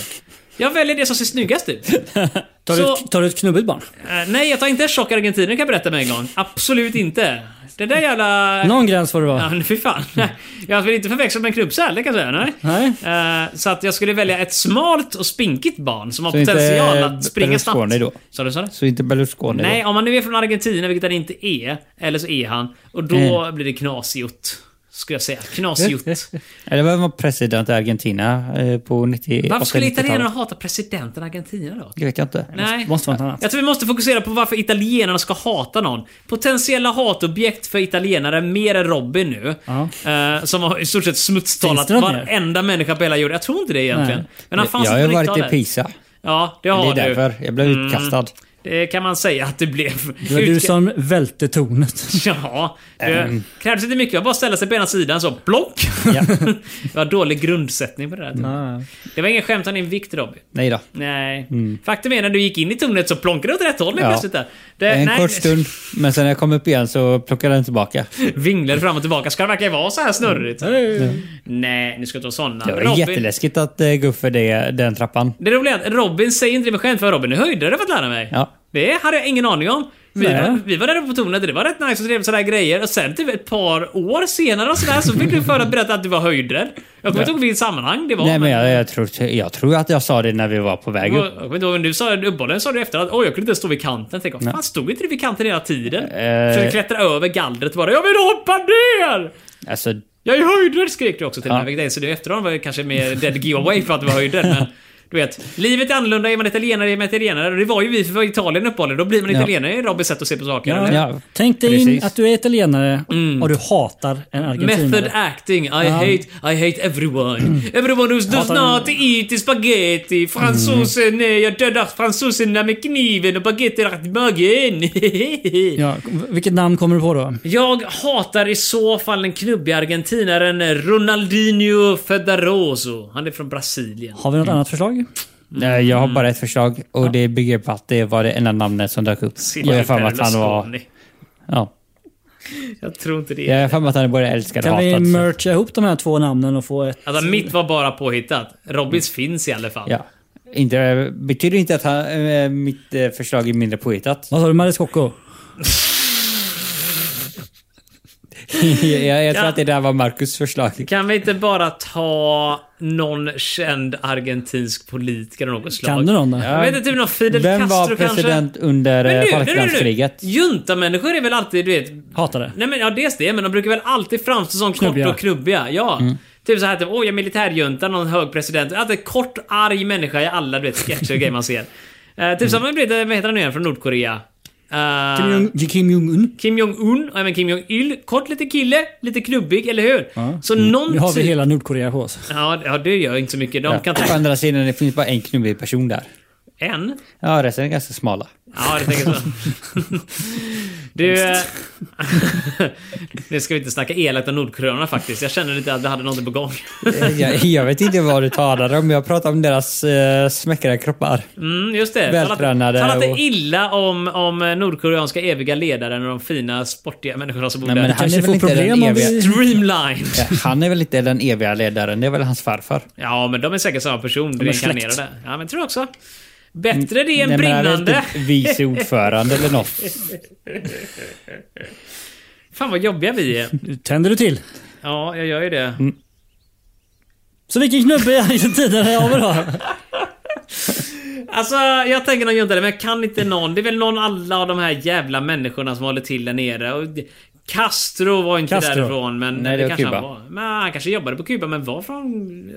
Jag väljer det som ser snyggast ut.
Tar du,
Så-
ett- tar du ett knubbigt barn?
Eh, nej, jag tar inte en tjock argentiner kan jag berätta med en gång. Absolut inte. Det där jävla...
Någon gräns får det vara.
Ja, men fy fan.
Mm.
Jag vill inte förväxla med en knubbsäl, det kan jag säga. Nej.
Nej.
Eh, så att jag skulle välja ett smalt och spinkigt barn som har
Så inte
potential att springa snabbt.
Berlusconi då?
Sa du, sa du?
Så inte Berlusconi
Nej,
Nej.
om han nu är från Argentina, vilket han inte är, eller så är han, och då
Mm.
blir det knasigt. Skulle jag säga. Knasigt.
då. Eller vem var president i Argentina eh, på 98
Varför skulle
90-talet?
italienarna hata presidenten i Argentina då?
Det vet jag inte.
Nej.
måste vara något annat.
Jag tror vi måste fokusera på varför italienarna ska hata någon. Potentiella hatobjekt för italienare, mer än Robin nu. eh, som har i stort sett
Finns
smutstalat
det någon mer?
varenda människa på hela jorden. Jag tror inte det egentligen.
Nej.
Men han fanns
jag
inte
har ju
på
varit i
90-talet.
Pisa.
Ja, det har
det är
du. Mm.
därför. Jag blev utkastad.
Det kan man säga att det blev.
Det var du
Utka-
som välte tornet.
Ja, det krävdes inte mycket. Jag bara ställa sig på ena sidan så, plock! det var dålig grundsättning på det där.
Ah.
Det var ingen skämt om din vikt Robin.
Nej då.
Nej. Faktum är när du gick in i tornet så plonkade du åt rätt håll helt
Mm. Ja.
plötsligt där. Det,
En
nej,
kort stund, men sen när jag kom upp igen så plockade den tillbaka.
Vinglade fram och tillbaka. Ska det verkligen vara så här snurrigt?
Mm.
Nej, nu ska du inte vara såna.
Det var jätteläskigt att eh, gå upp för det, den trappan.
Det roliga är att Robin säger inte det med skämt för Robin är höjdare för att lära mig.
Ja.
Det hade jag ingen aning om. Vi
Nej.
var, vi var där uppe på tornet och det var rätt nice och trevligt sådana grejer och sen typ ett par år senare och sådär så fick du för att berätta att du var höjdrädd. Jag kommer inte ihåg vilket sammanhang det var.
Nej men
jag...
jag, jag, tror, jag tror att jag sa det när vi var på väg upp.
kommer inte ihåg, men du sa uppehållen sa du efter att oj jag kunde inte stå vid kanten. Tänk, fan stod inte du vid kanten hela tiden?
Eh.
Försökte klättra över gallret och bara jag vill hoppa ner!
Alltså,
Jag är höjdrädd skrek du också till
Ja.
ja. mig. Så du efteråt var ju kanske mer dead giveaway för att du var höjdrädd. Men du vet, livet är annorlunda. Är man italienare är man italienare. Och det var ju vi för vi var i Italien uppehållande. Då blir man
Ja.
italienare i Robbins sätt att se på saker.
Ja.
eller?
ja.
Tänk dig in
Precis.
att du är italienare och du hatar en argentinare.
Mm. Method acting. I hate, I hate everyone. Everyone who does
Mm. Hatar
not eat spaghetti. Fransosen, mm. jag dödar fransoserna med kniven och baguette rakt i magen.
Ja, vilket namn kommer du på då?
Jag hatar i så fall den knubbiga argentinaren Ronaldinho Federoso. Han är från Brasilien.
Har vi något annat förslag?
Nej, eh, Jag har bara ett förslag och
Mm.
det bygger på att det var det enda namnet som dök upp. Och jag har för mig att han var... Ja.
Jag tror inte det.
Jag har för mig att han är både älskad och
Kan vi
hatad. så-
mercha ihop de här två namnen och få ett...
Alltså mitt var bara påhittat. Robbins finns i alla fall.
Ja. Inte, eh, betyder inte att han, eh, mitt eh, förslag är mindre påhittat.
Vad sa du? Mariscocco?
jag, jag tror
Ja.
att det där var Marcus förslag.
Kan vi inte bara ta någon känd argentinsk politiker av något slag?
Kan du någon då?
Jag vet inte, typ någon Fidel
Vem
Castro
var president
kanske?
under
Men
eh,
nu, nu, nu, nu.
Falklandskriget?
Juntamänniskor är väl alltid, du vet...
Hatar det.
Nej men ja, dels det, men de brukar väl alltid framstå som
Knubbiga.
kort
Mm.
och knubbiga. Ja. Typ såhär, typ, åh jag är militärjunta, någon hög president. Alltid kort, arg människa i alla du vet, sketcher och grejer man ser. Eh, typ som, vad heter han nu igen från Nordkorea? Eh,
Kim Jong- Kim Jong-Un?
Kim Jong-Un och även Kim Jong-Il. Kort lite kille, lite knubbig, eller hur? Så någon
Mm. Nu har vi
typ-
hela Nordkorea på oss.
Ja, ja, det gör inte så mycket. De
Ja.
kan
Å
ta
andra sidan, det finns bara en knubbig person där.
en.
Ja, resten är ganska smala.
Ja, det tänker jag så. Du... eh, nu ska vi inte snacka elakt om Nordkoreanerna faktiskt. Jag känner inte att det hade någonting på gång.
Eh, Jag, jag vet inte vad du talar om. Jag pratar om deras eh, smäckra kroppar.
Mm, just det.
Vältränade
Talat
och-
illa om, om nordkoreanska eviga ledaren och de fina sportiga människorna som bor
Nej,
där.
men han
kanske
är väl
får
inte
problem
den
om
eviga...
vi-
Dreamline!
Han är väl inte den eviga ledaren? Det är väl hans farfar?
Ja, men de är säkert samma person. De
är
är
släkt.
inkarnerade. Ja, men jag tror också. Bättre det än
Nej, men han är
brinnande.
inte Vice ordförande eller något.
Fan vad jobbiga vi är.
Nu tänder du till.
Ja, jag gör ju det.
Så vilken knubbe är Argentina av då?
Alltså, jag tänker någon juntare, men kan inte någon... Det är väl någon alla av de här jävla människorna som håller till där nere. Och Castro var inte
Castro.
därifrån, men...
Nej, det var
kanske
Kuba.
Han var. Men han kanske jobbade på Kuba, men var från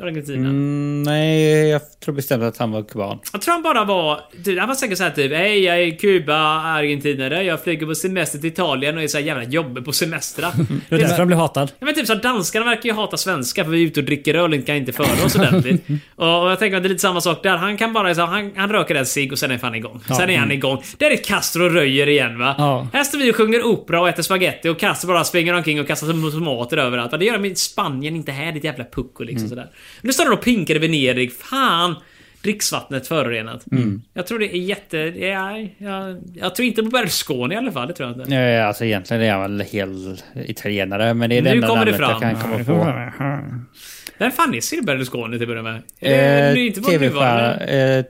Argentina.
Mm, nej, jag tror bestämt att han var kuban.
Jag tror han bara var... Typ, han var säkert såhär typ Hej, jag är Kuba, argentinare. Jag flyger på semester till Italien och är såhär jävla jobbig på semestrar.
Det är därför han blev hatad.
Ja, men typ så danskarna verkar ju hata svenskar för vi är ute och dricker öl och kan inte föra oss ordentligt. och, och jag tänker att det är lite samma sak där. Han kan bara, så, han, han röker en cigg och sen är fan igång. sen är han igång. Där är Castro och röjer igen va.
Ja.
Här står vi och sjunger opera och äter spaghetti och Castro bara springer omkring och kastar tom- tomater överallt. va. Det gör de i Spanien, inte här ditt jävla pucko liksom sådär. Nu står de och pinkar i Venedig. Fan! Dricksvattnet förorenat. Jag tror det är jätte... Ja, jag, jag tror inte på Berlusconi i alla fall, det tror jag inte.
Nej, alltså egentligen är han väl hel italienare, men det är det
Nu
enda
kommer det
namnet jag
fram.
kan komma på.
Vem fan är Silver Berlusconi till att börja med? Är det
Eh,
nu- inte vår
TV-stjärna.
nuvarande?
Eh,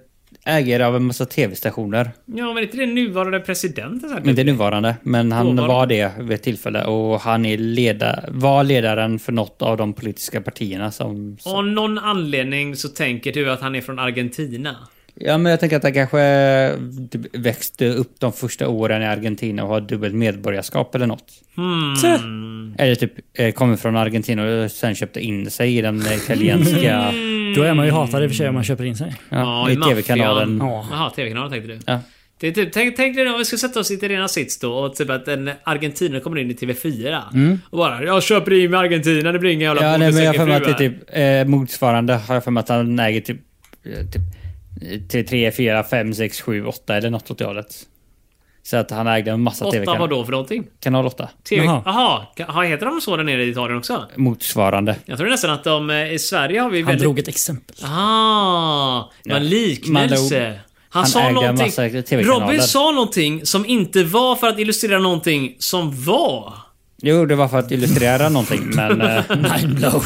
ägare av en massa tv-stationer.
Ja, men inte den nuvarande presidenten säkert?
Inte nuvarande, men han
Dåvarande.
var det vid ett tillfälle. Och han är leda, var ledaren för något av de politiska partierna som... som
Av någon anledning så tänker du att han är från Argentina.
Ja, men jag tänker att han kanske typ växte upp de första åren i Argentina och har dubbelt medborgarskap eller något.
Hmm.
Eller typ eh, kommer från Argentina och sen köpte in sig i den eh, italienska
Då är man ju hatad i och för sig om man köper in sig.
ja,
Mm. i
i tv-kanalen.
maffian.
Ja.
Jaha, tv-kanalen tänkte du.
Ja.
Det är typ, tänk, tänk dig om vi ska sätta oss i rena sits då och typ att en argentinare kommer in i TV4. Och bara “Jag köper in med Argentina, det blir inga jävla
Mm. Ja, nej, men jag har för mig att det är
motorcykelfruar."
typ eh, motsvarande har jag för mig att han äger typ, eh, typ eh, 3, 4, 5, 6, 7, 8 eller något åt det hållet. Så att han ägde en massa
Åtta,
tv-kanaler.
vadå för någonting?
Kanal 8.
TV...
Jaha.
Jaha, Jaha, heter de så där nere i Italien också?
Motsvarande.
Jag tror nästan att de... eh, I Sverige har vi
Han
väldigt
drog ett exempel.
Ah, det var en
Ja.
liknelse.
Man
Han,
han
sa
ägde en
någonting...
massa TV-kanaler.
Robin sa någonting som inte var för att illustrera någonting som var.
Jo, det var för att illustrera någonting, men... Eh,
Mindblow.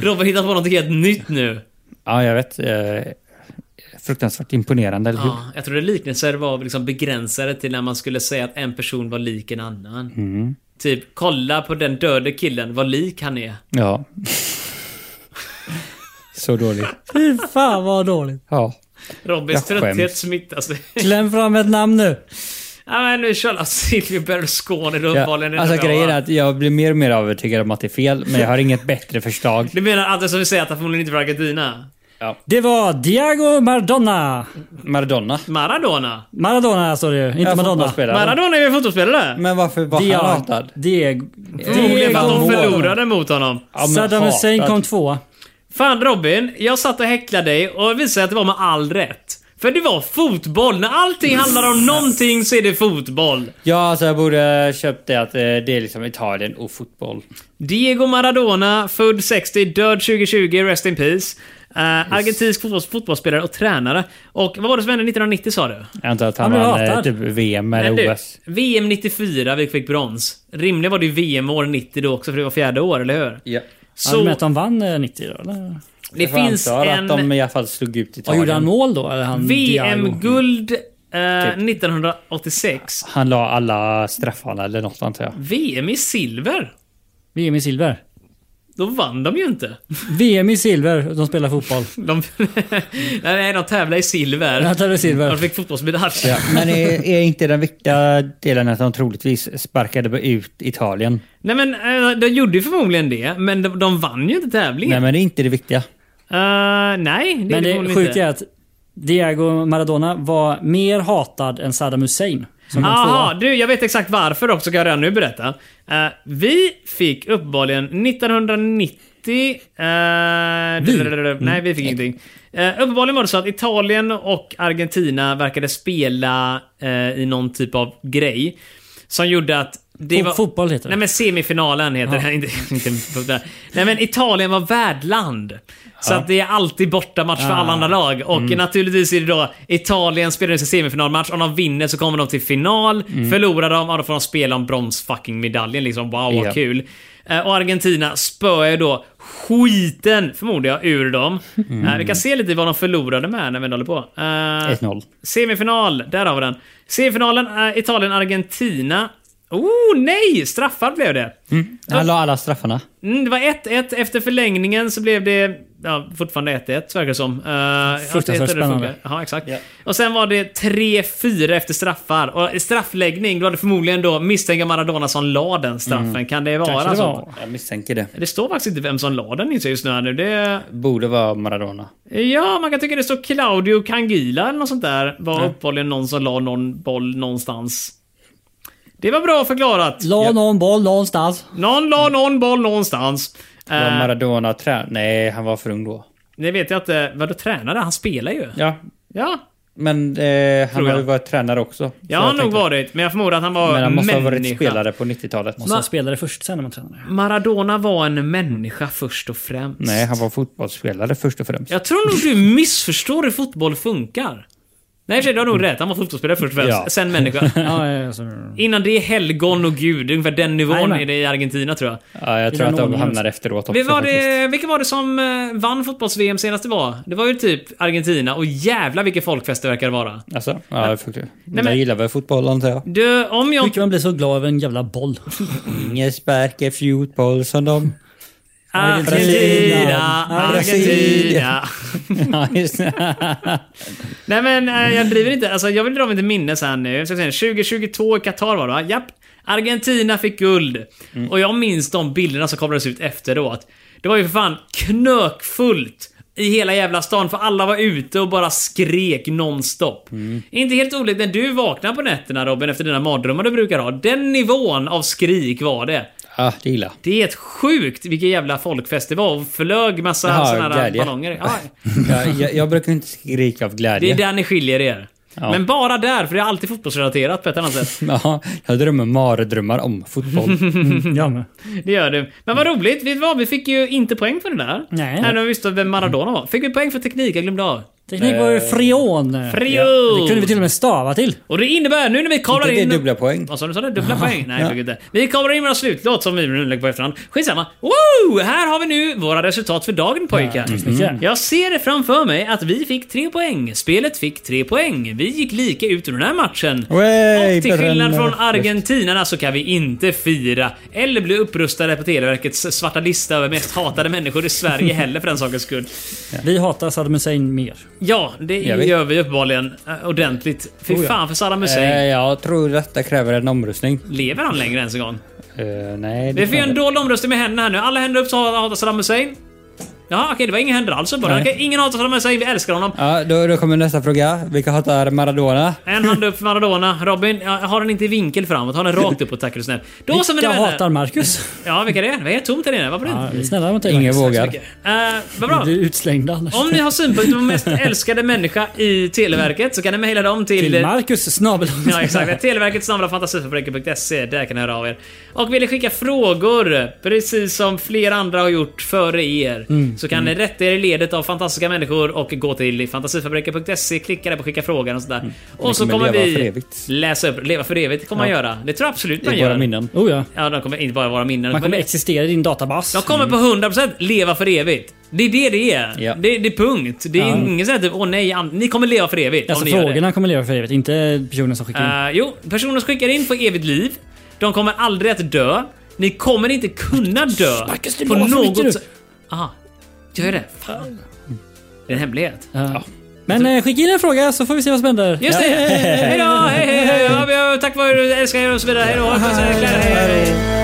Robin hittat på någonting helt nytt nu.
ja, jag vet. Eh, fruktansvärt imponerande, eller hur?
Ja, jag trodde liknelser var liksom begränsade till när man skulle säga att en person var lik en annan.
Mm.
Typ, kolla på den döde killen, vad lik han är.
Ja. Så dåligt.
Fy fan vad dåligt.
Ja.
Robins
Jag
trötthet
skäms.
smittar sig.
Kläm fram ett namn nu.
ja, men nu kör Silvio Berlusconi då
Ja,
uppenbarligen.
alltså
det där,
grejen
va?
är att jag blir mer och mer övertygad om att det är fel, men jag har inget bättre förslag.
Du menar att det som vi säger att han förmodligen inte är från Argentina?
Det var Diego Maradona.
Maradona.
Maradona?
Maradona står det ju, inte
Ja,
Madonna.
fotbollsspelare.
Maradona är ju fotbollsspelare.
Men varför var
Diego.
han hatad?
Diego.
Förmodligen Mm, för att de
Diego Maradona.
förlorade mot honom.
Ja, men
Saddam
hatad.
Hussein kom tvåa.
Fan Robin, jag satt och häcklade dig och det visade sig att det var med all rätt. För det var fotboll. När allting handlar om någonting så är det fotboll.
Ja, alltså jag borde köpt det att eh, det är liksom Italien och fotboll.
Diego Maradona, född 60, död 2020, rest in peace. Uh, argentinsk fotbolls- fotbollsspelare och tränare. Och vad var det som hände 1990 sa du?
Jag antar att han
Han blev
vann eh,
hatad.
typ VM eller
Men du,
OS.
VM 94, vi fick brons. Rimligen var det ju VM år 90 då också, för det var fjärde år, eller hur?
Ja.
Så... Hade
Så
med att de vann eh, 90 då, eller?
det
Jag
finns
antar
en...
att de i alla fall slog ut
Och
Italien.
gjorde han mål då? Eller han Diego?
VM-guld eh, 1986.
Han la alla straffarna eller något antar jag.
VM i silver?
VM i silver.
Då vann de ju inte.
VM i silver, de spelar fotboll.
De, nej, nej, de tävlade i silver.
Jag tar det
De
silver.
fick fotbollsmedalj.
Ja, men är, är inte den viktiga delen att de troligtvis sparkade ut Italien?
Nej men, eh, de gjorde ju förmodligen det, men de, de vann ju inte
Nej,
tävlingen.
men det är inte det viktiga.
Nej, nej det
Men
är
det
förmodligen
sjuka
inte.
är att Diego Maradona var mer hatad än Saddam Hussein. Som kom
Aha,
tvåa.
du, jag vet exakt varför också, kan jag redan nu berätta. Eh, vi fick uppenbarligen 1990... eh, Nej, vi fick
Mm.
ingenting. Uh, uppenbarligen var det så att eh, Italien och Argentina verkade spela eh, i någon typ av grej. som gjorde att... Det
Fo- fotboll heter det.
Nej men semifinalen heter det. Inte, inte, nej men Italien var värdland. Så att det är alltid bortamatch för alla andra lag. Och naturligtvis är det då Italien spelar sin semifinalmatch. Om de vinner så kommer de till final. Förlorar de, ja, då får de spela om brons-fucking-medaljen. Liksom, wow vad
Ja.
kul. Eh, Och Argentina spöar ju då skiten, förmodar jag, ur dem. Eh, Vi kan se lite vad de förlorade med när vi ändå håller på. Eh,
1-0.
Semifinal, där har vi den. Semifinalen, eh, Italien-Argentina. Oh nej! Straffar blev det.
Han la alla straffarna.
Mm, det var 1-1 efter förlängningen så blev det ja, fortfarande 1-1 verkar det som. Eh, ja, det är det
spännande.
funkar. Ja, exakt. Och sen var det 3-4 efter straffar. Och i straffläggning, då hade förmodligen då misstänka Maradona som la den straffen. Kan det vara
Mm. Kanske det
så?
var.
Jag misstänker det.
Det står faktiskt inte vem som la den inser jag just nu här nu. Det,
Borde vara Maradona.
ja, man kan tycka det står Claudio Cangila eller något sånt där. Var uppehållligen någon som la någon boll någonstans. Det var bra förklarat.
La någon boll någonstans.
Någon la någon boll någonstans.
Var
Eh,
Maradona trän... Nej, han var för ung då.
det vet jag inte. Vadå tränare? Han spelar ju.
Ja,
Ja,
men eh, han
jag.
har ju varit tränare också. Så
jag har
jag
nog
tänkte-
varit. Men jag förmodar att han var
Men han måste
människa.
ha varit spelare på 90-talet.
Måste ha spelare först sen när man tränade.
Maradona var en människa först och främst.
Nej, han var fotbollsspelare först och främst.
Jag tror nog du missförstår hur fotboll funkar. Nej, i och för sig, du har nog rätt. Han var fotbollsspelare först och främst.
Ja.
Sen människa.
Ja, ja, ja, så-
Innan det är helgon och gud. Ungefär den nivån
Jajamän.
är det i Argentina tror jag.
Ja, jag tror
den
att de
ordningen
hamnar efteråt också.
Vi var
faktiskt.
det, vilka var det som eh, vann fotbolls-VM senast det var? Det var ju typ Argentina och jävla vilket folkfest det verkar vara.
Alltså, ja, jag,
men-
jag gillar väl fotboll antar jag.
Du, om jag...
Hur kan man bli så glad över en jävla boll?
Mm.
Ingen sparkar fotboll som de.
Argentina,
Argentina.
Argentina.
Ja, just det.
Nej men eh, jag driver inte. Alltså, jag vill dra mig till minnes här nu. Jag ska säga, 2022 i Qatar var det va? Japp. Argentina fick guld.
Mm.
Och jag minns de bilderna som kablades ut efteråt. Det var ju för fan knökfullt i hela jävla stan för alla var ute och bara skrek nonstop.
Mm.
Inte helt olikt när du vaknar på nätterna Robin efter dina mardrömmar du brukar ha. Den nivån av skrik var det.
Ja, det gillar
Det är ett sjukt vilket jävla folkfest det var och flög massa
Jaha,
såna här
glädje.
ballonger. Ja.
jag. Jag, jag brukar inte skrika av
Det
glädje.
är där ni skiljer er.
Ja.
Men bara där, för det är alltid fotbollsrelaterat på ett annat sätt.
Ja, jag drömmer mardrömmar om fotboll.
Ja, men.
Det gör du. Men vad roligt, vet du vad? Vi fick ju inte poäng för det där.
Nej.
Här när vi visste vem Maradona var. Fick vi poäng för teknik? Jag glömde av.
Teknik var
Eh,
ju freon.
Freon.
Ja, Det kunde vi till och med stava till.
Och det innebär, nu när vi kavlar
Inte det
in...
dubbla poäng.
Vad sa du? Sa du dubbla poäng? Nej, ja. inte. Vi kavlar in våra slutlåt som vi nu lägger på efterhand. Skitsamma. Woo! Här har vi nu våra resultat för dagen pojkar. Mm.
mycket.
Jag ser framför mig att vi fick tre poäng. Spelet fick tre poäng. Vi gick lika ut ur den här matchen.
Way,
och till
bättre
skillnad
än,
från
eh,
argentinarna så kan vi inte fira eller bli upprustade på Televerkets svarta lista över mest hatade människor i Sverige heller för den sakens skull.
Vi hatar Saddam Hussein mer.
Ja, det
Gör vi?
gör vi uppenbarligen äh, ordentligt. Fy
Oh ja.
fan för Saddam
Eh,
Hussein.
jag tror detta kräver en omröstning.
Lever han längre ens en gång?
Eh, nej,
Vi får
kan
göra en
inte.
dold omröstning med händerna här nu. Alla händer upp så hatar Saddam Hussein. Jaha, okej, det var inga händer alls. Bara.
Nej.
Okej, ingen hatar Saddam Hussein, vi älskar honom.
Ja, då, då kommer nästa fråga. Vilka hatar Maradona?
En hand upp för Maradona. Robin, ja, har den inte i vinkel framåt? Har den rakt uppåt, tack är du snäll. Då så mina
Jag
vänner.
hatar Marcus.
Ja, vilka det är? Det är tomt här inne. Varför
Ja,
inte?
vi är snälla mot dig
Ingen
Marcus. Alltså,
vågar.
Uh, vad bra.
Du är utslängd annars.
Om ni har synpunkter på mest älskade människa i Televerket så kan ni mejla dem till...
Till Marcus snabel.
Ja, exakt. Televerket snabel- fantasifabriken.se. Där kan ni höra av er. Och vill ni skicka frågor, precis som flera andra har gjort före er,
Mm,
så kan ni rätta er i ledet av fantastiska människor och gå till fantasifabriken.se, klicka där på skicka frågan och sådär. Och så
Mm. kommer
kommer
leva för
vi
evigt.
läsa upp, leva för evigt kommer man göra. Det tror jag absolut
Det
man
är våra
gör.
minnen.
Oh ja.
Ja, de kommer inte bara vara minnen.
Man
de
kommer
kommer-
existera i din databas.
de kommer på 100% leva för evigt. Det är det det är.
Ja.
Det, det är punkt. Det är
Ja.
ingen sån här typ, åh nej, an- ni kommer leva för evigt. om
Alltså
ni gör det."
frågorna kommer leva för evigt, inte personen som skickar in.
Eh, jo, personer som skickar in får evigt liv. De kommer aldrig att dö. Ni kommer inte kunna dö.
Marcus, det är bra, varför viker du?
sätt. Ah, gör det? Fan. Det är en hemlighet.
Ja. Men eh, skicka in en fråga så får vi se vad som händer.
Just det! Hej då! Hej, hej, hej! Ja, vi har- Tack vare er, älskar er och så vidare. Hej då! Puss, hej, hej, hej!